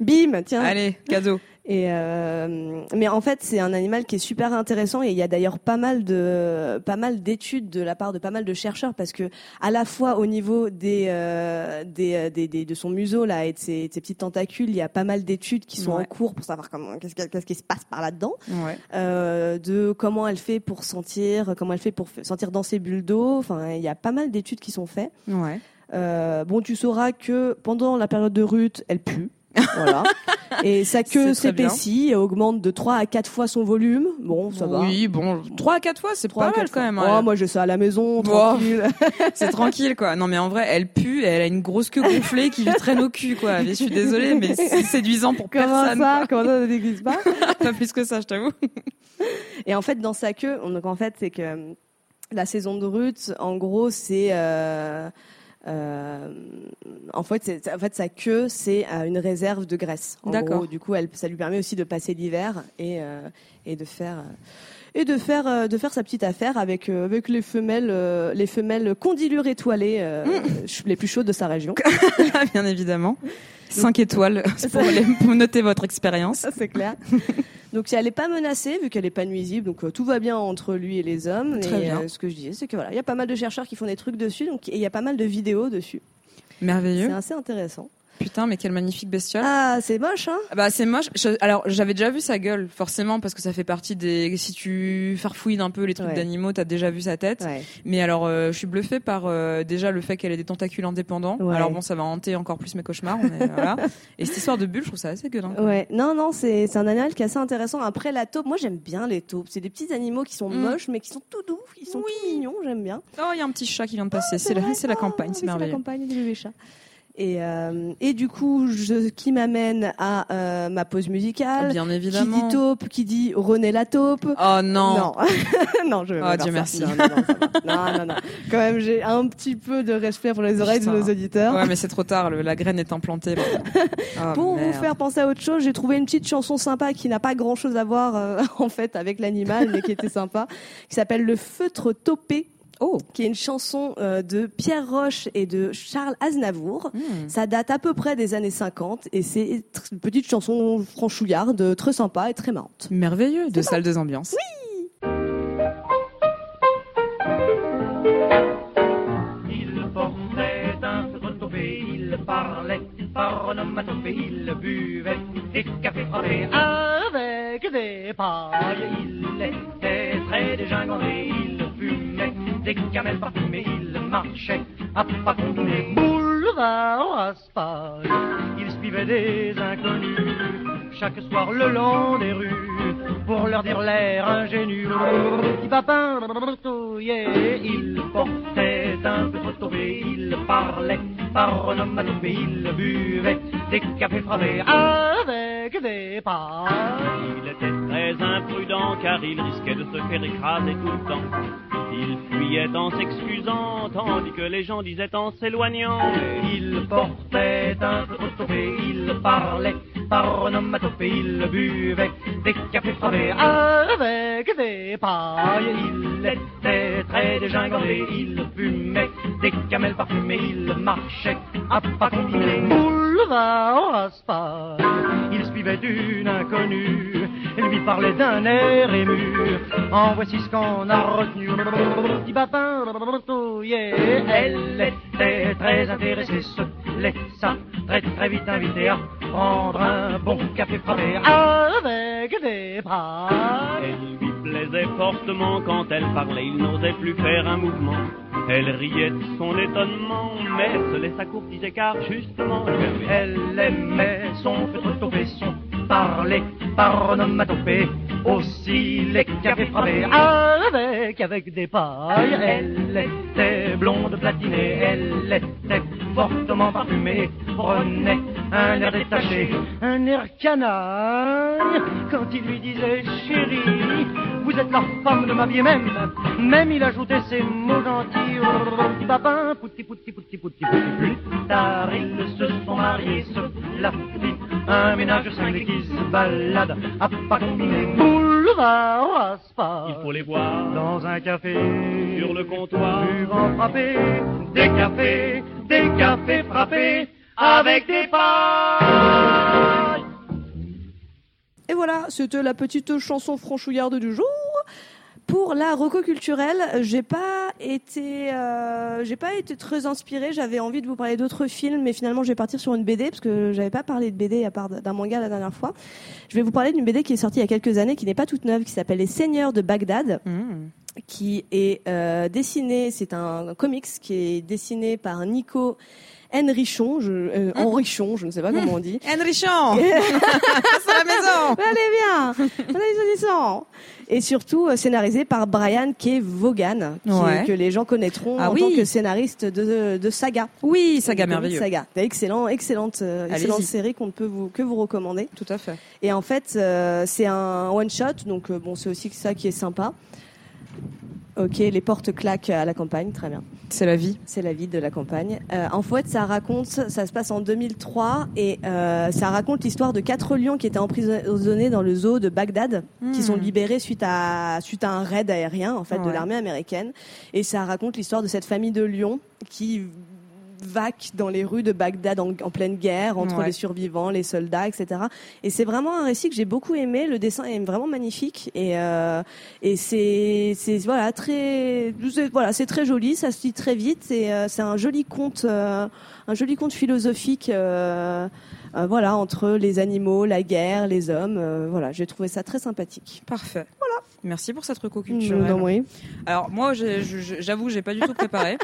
Speaker 2: bim, tiens.
Speaker 1: Allez, cadeau.
Speaker 2: Et euh, mais en fait, c'est un animal qui est super intéressant et il y a d'ailleurs pas mal de pas mal d'études de la part de pas mal de chercheurs parce que à la fois au niveau des euh, des, euh, des- des- de son museau là et de ses, de ses petits tentacules, il y a pas mal d'études qui sont
Speaker 1: Ouais.
Speaker 2: en cours pour savoir comment qu'est-ce qui- qu'est-ce qui se passe par là-dedans
Speaker 1: Ouais.
Speaker 2: euh, de comment elle fait pour sentir, comment elle fait pour f- sentir dans ses bulles d'eau. Enfin, il y a pas mal d'études qui sont faites.
Speaker 1: Ouais.
Speaker 2: Euh, bon, tu sauras que pendant la période de Ruth, elle pue. voilà. Et sa queue
Speaker 1: C'est très bien.
Speaker 2: s'épaissit et augmente de 3 à 4 fois son volume. Bon, ça va.
Speaker 1: oui, bon, trois à quatre fois, c'est
Speaker 2: 3 à
Speaker 1: pas mal
Speaker 2: 4
Speaker 1: quand même.
Speaker 2: fois.
Speaker 1: hein.
Speaker 2: Oh, moi, j'ai ça à la maison,
Speaker 1: Wow.
Speaker 2: tranquille.
Speaker 1: C'est tranquille, quoi. Non, mais en vrai, elle pue, et elle a une grosse queue gonflée qui lui traîne au cul, quoi. Mais je suis désolée, mais c'est séduisant pour
Speaker 2: comment
Speaker 1: personne.
Speaker 2: ça Comment ça, ça n'existe pas
Speaker 1: quoi. Pas plus que ça, je t'avoue.
Speaker 2: Et en fait, dans sa queue, on- donc en fait, c'est que euh, la saison de Ruth, en gros, c'est euh, euh, en fait, c'est- en fait, sa queue, c'est euh, une réserve de graisse. en
Speaker 1: D'accord.
Speaker 2: gros. Du coup, elle, ça lui permet aussi de passer l'hiver et euh, et de faire euh, et de faire euh, de faire sa petite affaire avec euh, avec les femelles euh, les femelles condylures étoilées euh, ch- les plus chaudes de sa région.
Speaker 1: Ah, Bien évidemment. Cinq étoiles pour, les- pour noter votre expérience.
Speaker 2: Ça, c'est clair. Donc, elle n'est pas menacée, vu qu'elle n'est pas nuisible. Donc, euh, tout va bien entre lui et les hommes.
Speaker 1: Très
Speaker 2: et
Speaker 1: bien.
Speaker 2: euh, ce que je disais, c'est que voilà, il y a pas mal de chercheurs qui font des trucs dessus. Donc, et il y a pas mal de vidéos dessus. C'est
Speaker 1: Merveilleux.
Speaker 2: assez intéressant.
Speaker 1: Putain, mais quelle magnifique bestiole.
Speaker 2: Ah, c'est moche, hein
Speaker 1: Bah c'est moche. Je- alors j'avais déjà vu sa gueule, forcément, parce que ça fait partie des. Si tu farfouilles un peu les trucs
Speaker 2: Ouais.
Speaker 1: d'animaux, t'as déjà vu sa tête.
Speaker 2: Ouais.
Speaker 1: Mais alors euh, je suis bluffée par euh, déjà le fait qu'elle ait des tentacules indépendants.
Speaker 2: Ouais.
Speaker 1: Alors bon, ça va hanter encore plus mes cauchemars. mais voilà. Et cette histoire de bulle, je trouve ça assez gueulin.
Speaker 2: Ouais. Non, non, c'est c'est un animal qui est assez intéressant. Après, la taupe, moi, j'aime bien les taupes. C'est des petits animaux qui sont
Speaker 1: Mm.
Speaker 2: moches, mais qui sont tout doux. Ils sont tout mignons, j'aime bien.
Speaker 1: Oh, il y a un petit chat qui vient de passer. c'est la,
Speaker 2: vrai,
Speaker 1: c'est la
Speaker 2: oh,
Speaker 1: campagne,
Speaker 2: oui,
Speaker 1: c'est
Speaker 2: la
Speaker 1: merveilleux.
Speaker 2: campagne des bébés chats. Et, euh, et du coup, je, qui m'amène à euh, ma pause musicale.
Speaker 1: Ah, Bien
Speaker 2: Qui
Speaker 1: évidemment.
Speaker 2: dit taupe, qui dit René la taupe.
Speaker 1: Oh non.
Speaker 2: Non, non, je vais pas
Speaker 1: Oh, Dieu
Speaker 2: faire ça.
Speaker 1: merci.
Speaker 2: Non, non, non, ça va. non, non, non. Quand même, j'ai un petit peu de respect pour les oreilles de
Speaker 1: Putain.
Speaker 2: nos auditeurs.
Speaker 1: Ouais, mais c'est trop tard. le- la graine est implantée. maintenant. Oh,
Speaker 2: Pour vous
Speaker 1: merde.
Speaker 2: faire penser à autre chose, j'ai trouvé une petite chanson sympa qui n'a pas grand chose à voir euh, en fait avec l'animal, mais qui était sympa, qui s'appelle Le feutre topé,
Speaker 1: Oh.
Speaker 2: qui est une chanson euh, de Pierre Roche et de Charles Aznavour.
Speaker 1: Hmm.
Speaker 2: Ça date à peu près des années 50 et c'est tr- une petite chanson franchouillarde, très sympa et très marrante.
Speaker 1: Merveilleux. De salle des ambiances.
Speaker 7: Il portait un feutre topé, il parlait par onomatopée, il buvait des cafés frappés avec des pailles. Il était très dégingandé, il fumait des camels parfumés, il marchait à pas combinés. Boulevard Aspal, il suivait des inconnus chaque soir le long des rues pour leur dire l'air ingénu. Petit papin, yeah. il portait un peu trop tombé, il parlait par onomatopée, il buvait des cafés frappés avec des pas.
Speaker 8: Il était très imprudent car il risquait de se faire écraser tout le temps. Il fuyait en s'excusant, tandis que les gens disaient en s'éloignant.
Speaker 7: Il portait un peu trop tombé, il parlait par onomatopée, il buvait des cafés frappés avec des pailles. Il était très dégingandé, il fumait des camels parfumés, il marchait à pas continuer. Boulevard Aspal, il suivait une inconnue, lui parlait d'un air ému. En voici ce qu'on a retenu. Petit papin, yeah. Elle était très intéressée, se laissa très très vite inviter à prendre un bon café frappé avec des bras.
Speaker 8: Elle lui plaisait fortement quand elle parlait, il n'osait plus faire un mouvement. Elle riait de son étonnement, mais se laissa courtiser car justement, il avait-
Speaker 7: Elle aimait son feutre topé, son parler par onomatopée. Aussi les cafés frappés avec, avec des pailles. Elle était blonde platinée, elle était fortement parfumée. Prenait un air détaché, un air canaille, quand il lui disait chérie, vous êtes la femme de ma vie même. Même il ajoutait ces mots gentils, babin, pouti, pouti, pouti, pouti, pouti. Plus tard, ils se sont mariés, se platient, un ménage cinglé qui se balade à Paris, boulevard Raspail.
Speaker 8: Il faut les voir
Speaker 7: Dans un café,
Speaker 8: sur le comptoir.
Speaker 7: Buvant frappé, des cafés, des cafés frappés, avec des pailles.
Speaker 2: Et voilà, c'était la petite chanson franchouillarde du jour. Pour la roco culturelle, j'ai pas été, euh, j'ai pas été très inspirée. J'avais envie de vous parler d'autres films, mais finalement, je vais partir sur une BD parce que j'avais pas parlé de BD à part d'un manga la dernière fois. Je vais vous parler d'une BD qui est sortie il y a quelques années, qui n'est pas toute neuve, qui s'appelle Les Seigneurs de Bagdad
Speaker 1: Hmm.
Speaker 2: qui est euh, dessiné, c'est un, comics qui est dessiné par Nico Henrichon, je, euh, Henrichon, je ne sais pas comment on dit.
Speaker 1: Henrichon C'est la maison
Speaker 2: Allez bien, on a les auditions. Et surtout euh, scénarisé par Brian K. Vaughan, qui- euh,
Speaker 1: Ouais.
Speaker 2: que les gens connaîtront
Speaker 1: Ah
Speaker 2: en
Speaker 1: oui.
Speaker 2: tant que scénariste de, de Saga.
Speaker 1: Oui, saga
Speaker 2: De comics
Speaker 1: merveilleuse.
Speaker 2: Saga, excellent, excellente, euh,
Speaker 1: Allez-y.
Speaker 2: excellente série qu'on peut vous que vous recommander.
Speaker 1: Tout à fait.
Speaker 2: Et en fait, euh, c'est un one shot, donc euh, bon, c'est aussi ça qui est sympa. Ok, les portes claquent à la campagne, très bien.
Speaker 1: C'est la vie.
Speaker 2: C'est la vie de la campagne. Euh, en fait, ça raconte, ça se passe en 2003 et euh, ça raconte l'histoire de quatre lions qui étaient emprisonnés dans le zoo de Bagdad, qui sont libérés suite à suite à un raid aérien en fait de
Speaker 1: Ouais.
Speaker 2: l'armée américaine. Et ça raconte l'histoire de cette famille de lions qui vaque dans les rues de Bagdad en, en pleine guerre entre
Speaker 1: Ouais.
Speaker 2: les survivants, les soldats, etc. Et c'est vraiment un récit que j'ai beaucoup aimé. Le dessin est vraiment magnifique et euh, et c'est c'est voilà très c'est- voilà c'est très joli. Ça se lit très vite et euh, c'est un joli conte euh, un joli conte philosophique. euh, euh, voilà entre les animaux, la guerre, les hommes. euh, voilà, j'ai trouvé ça très sympathique.
Speaker 1: Parfait. Voilà. Merci pour cette reco
Speaker 2: Mm,
Speaker 1: culturelle.
Speaker 2: non, oui.
Speaker 1: Alors moi, j'ai- je- je- j'avoue, j'ai pas du tout préparé.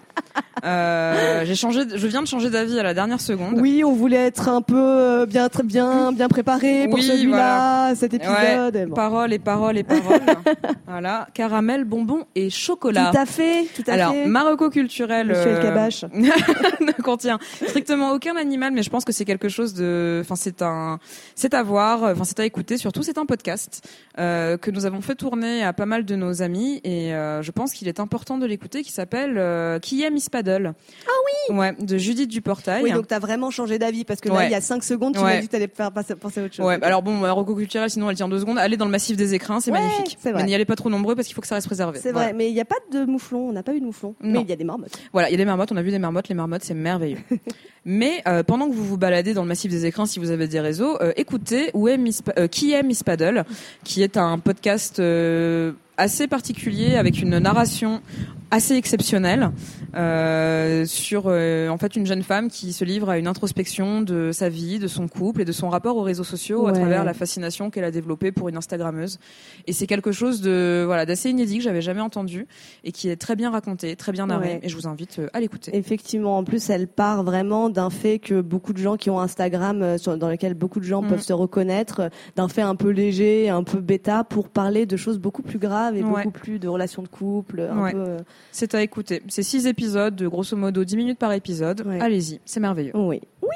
Speaker 1: Euh, j'ai changé, de- je viens de changer d'avis à la dernière seconde.
Speaker 2: Oui, on voulait être un peu euh, bien très bien bien préparé pour
Speaker 1: Oui,
Speaker 2: celui-là, cet épisode. et bon.
Speaker 1: Paroles et paroles et paroles. voilà, caramel, bonbon et chocolat.
Speaker 2: Tout à fait, tout à
Speaker 1: Alors,
Speaker 2: fait.
Speaker 1: Marocco culturel euh,
Speaker 2: Monsieur El Kabache.
Speaker 1: ne contient strictement aucun animal, mais je pense que c'est quelque chose de, enfin c'est un, c'est à voir, euh, enfin c'est à écouter. Surtout, c'est un podcast euh, que nous avons fait tourner à pas mal de nos amis, et euh, je pense qu'il est important de l'écouter, qui s'appelle euh, Qui aime Miss Paddle. Ah oui. Ouais, de Judith Duportail.
Speaker 2: Oui, donc t'as vraiment changé d'avis parce que là,
Speaker 1: hein. Ouais.
Speaker 2: il y a 5 secondes, tu
Speaker 1: Ouais.
Speaker 2: m'as dit que t'allais faire passer- penser à autre chose.
Speaker 1: Ouais,
Speaker 2: Ok.
Speaker 1: alors bon, Marocco culturel, sinon elle tient deux secondes. Allez dans le massif des écrins, c'est
Speaker 2: Ouais,
Speaker 1: magnifique.
Speaker 2: c'est vrai.
Speaker 1: Mais n'y allez pas trop nombreux parce qu'il faut que ça reste préservé.
Speaker 2: c'est
Speaker 1: Voilà.
Speaker 2: vrai, mais il n'y a pas de mouflons, on n'a pas eu de mouflons,
Speaker 1: Non.
Speaker 2: mais il y a des marmottes.
Speaker 1: Voilà, il y a des marmottes, on a vu des marmottes, les marmottes c'est merveilleux. Mais euh, pendant que vous vous baladez dans le massif des écrins, si vous avez des réseaux, euh, écoutez où est Miss Pa- euh, qui est Miss Paddle, qui est un podcast euh, assez particulier avec une narration assez exceptionnelle euh, sur euh, en fait une jeune femme qui se livre à une introspection de sa vie, de son couple et de son rapport aux réseaux sociaux à
Speaker 2: Ouais.
Speaker 1: travers la fascination qu'elle a développée pour une Instagrammeuse. Et c'est quelque chose de voilà d'assez inédit que j'avais jamais entendu et qui est très bien raconté, très bien narré.
Speaker 2: Ouais.
Speaker 1: Et je vous invite euh, à l'écouter.
Speaker 2: Effectivement, en plus, elle part vraiment d'un fait que beaucoup de gens qui ont Instagram, euh, sur- dans lequel beaucoup de gens
Speaker 1: Mhm.
Speaker 2: peuvent se reconnaître, euh, d'un fait un peu léger, un peu bêta, pour parler de choses beaucoup plus graves et
Speaker 1: Ouais.
Speaker 2: beaucoup plus de relations de couple, un
Speaker 1: Ouais.
Speaker 2: peu... euh,
Speaker 1: C'est à écouter. C'est six épisodes, de grosso modo 10 minutes par épisode.
Speaker 2: Ouais.
Speaker 1: Allez-y, c'est merveilleux.
Speaker 2: Oui. Oui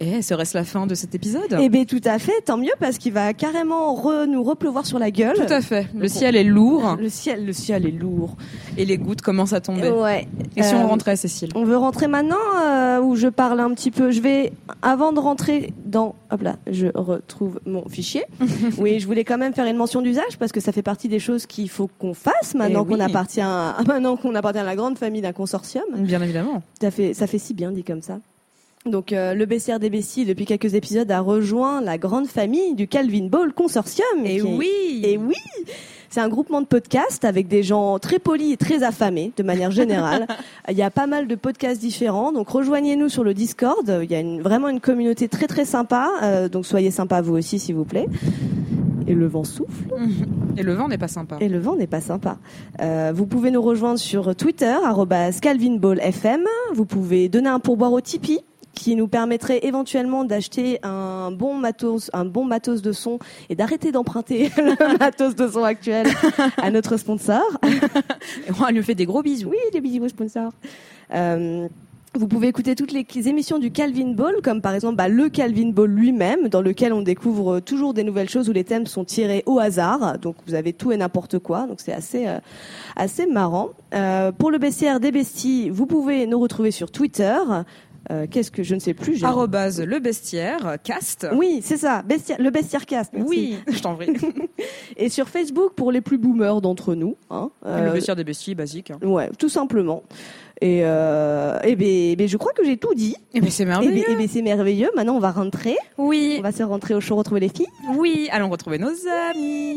Speaker 1: Et serait-ce la fin de cet épisode
Speaker 2: Eh bien, tout à fait, tant mieux, parce qu'il va carrément re- nous repleuvoir sur la gueule.
Speaker 1: Tout à fait. Le ciel est lourd
Speaker 2: Le ciel, le ciel est lourd.
Speaker 1: et les gouttes commencent à tomber.
Speaker 2: Ouais.
Speaker 1: Et si on
Speaker 2: Euh,
Speaker 1: rentrait, Cécile
Speaker 2: On veut rentrer maintenant euh, où je parle un petit peu. Je vais avant de rentrer dans hop là, je retrouve mon fichier. oui, je voulais quand même faire une mention d'usage parce que ça fait partie des choses qu'il faut qu'on fasse maintenant
Speaker 1: Eh
Speaker 2: qu'on
Speaker 1: oui.
Speaker 2: appartient à, maintenant qu'on appartient à la grande famille d'un consortium.
Speaker 1: Bien évidemment.
Speaker 2: Ça fait, ça fait si bien dit comme ça. Donc euh, le BCRDBC depuis quelques épisodes a rejoint la grande famille du Calvin Ball Consortium.
Speaker 1: Eh
Speaker 2: qui est- et oui, c'est un groupement de podcasts avec des gens très polis et très affamés de manière générale. il y a pas mal de podcasts différents, donc rejoignez-nous sur le Discord. Il y a une- vraiment une communauté très très sympa, euh, donc soyez sympa vous aussi s'il vous plaît. Et le vent souffle.
Speaker 1: Et le vent n'est pas sympa.
Speaker 2: Et le vent n'est pas sympa. Euh, vous pouvez nous rejoindre sur Twitter, arrobase CalvinBallFM. Vous pouvez donner un pourboire au Tipeee qui nous permettrait éventuellement d'acheter un bon matos, un bon matos de son et d'arrêter d'emprunter le matos de son actuel à notre sponsor.
Speaker 1: Et on lui fait des gros bisous.
Speaker 2: Oui, des bisous sponsors. Euh, Vous pouvez écouter toutes les émissions du Calvin Ball, comme par exemple bah, le Calvin Ball lui-même, dans lequel on découvre euh, toujours des nouvelles choses où les thèmes sont tirés au hasard. Donc vous avez tout et n'importe quoi, donc c'est assez euh, assez marrant. Euh, pour le bestiaire des besties, vous pouvez nous retrouver sur Twitter. Euh, Qu'est-ce que je ne sais plus. j'ai-
Speaker 1: Arrobase le bestiaire, cast.
Speaker 2: Oui, c'est ça, bestia- le bestiaire cast. merci.
Speaker 1: Oui, je t'en prie.
Speaker 2: Et sur Facebook pour les plus boomers d'entre nous. Hein,
Speaker 1: Le
Speaker 2: Euh,
Speaker 1: bestiaire des besties, basique. hein.
Speaker 2: Ouais, tout simplement. Et, euh, eh ben, eh ben, je crois que j'ai tout dit.
Speaker 1: Eh ben, c'est
Speaker 2: Et
Speaker 1: merveilleux.
Speaker 2: c'est merveilleux. Maintenant, on va rentrer.
Speaker 1: Oui,
Speaker 2: On va se rentrer au show, retrouver les filles.
Speaker 1: oui, allons retrouver nos amis.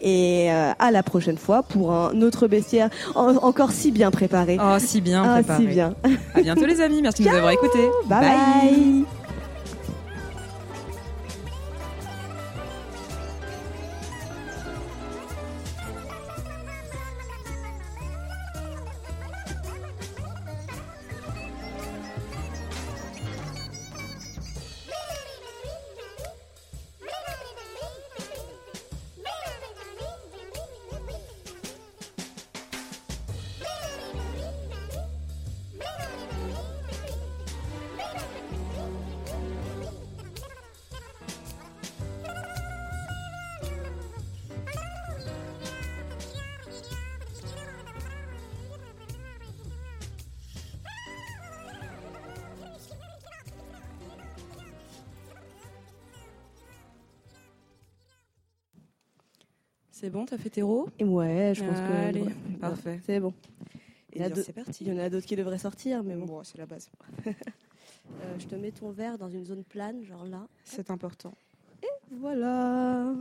Speaker 2: Et euh, à la prochaine fois pour un autre bestiaire en- encore si bien préparé.
Speaker 1: Oh, si bien
Speaker 2: Ah,
Speaker 1: préparé.
Speaker 2: si bien.
Speaker 1: À bientôt, les amis. Merci de nous avoir écoutés.
Speaker 2: Bye bye.
Speaker 1: C'est bon, t'as fait tes rots
Speaker 2: Et ouais, je pense
Speaker 1: Allez,
Speaker 2: que ouais.
Speaker 1: parfait.
Speaker 2: C'est bon. Il y,
Speaker 1: Eh
Speaker 2: a
Speaker 1: bien,
Speaker 2: d'autres-
Speaker 1: c'est parti.
Speaker 2: il y en a d'autres qui devraient sortir, mais bon.
Speaker 1: Bon, c'est la base.
Speaker 2: Euh, je te mets ton verre dans une zone plane, genre là.
Speaker 1: C'est important.
Speaker 2: Voilà.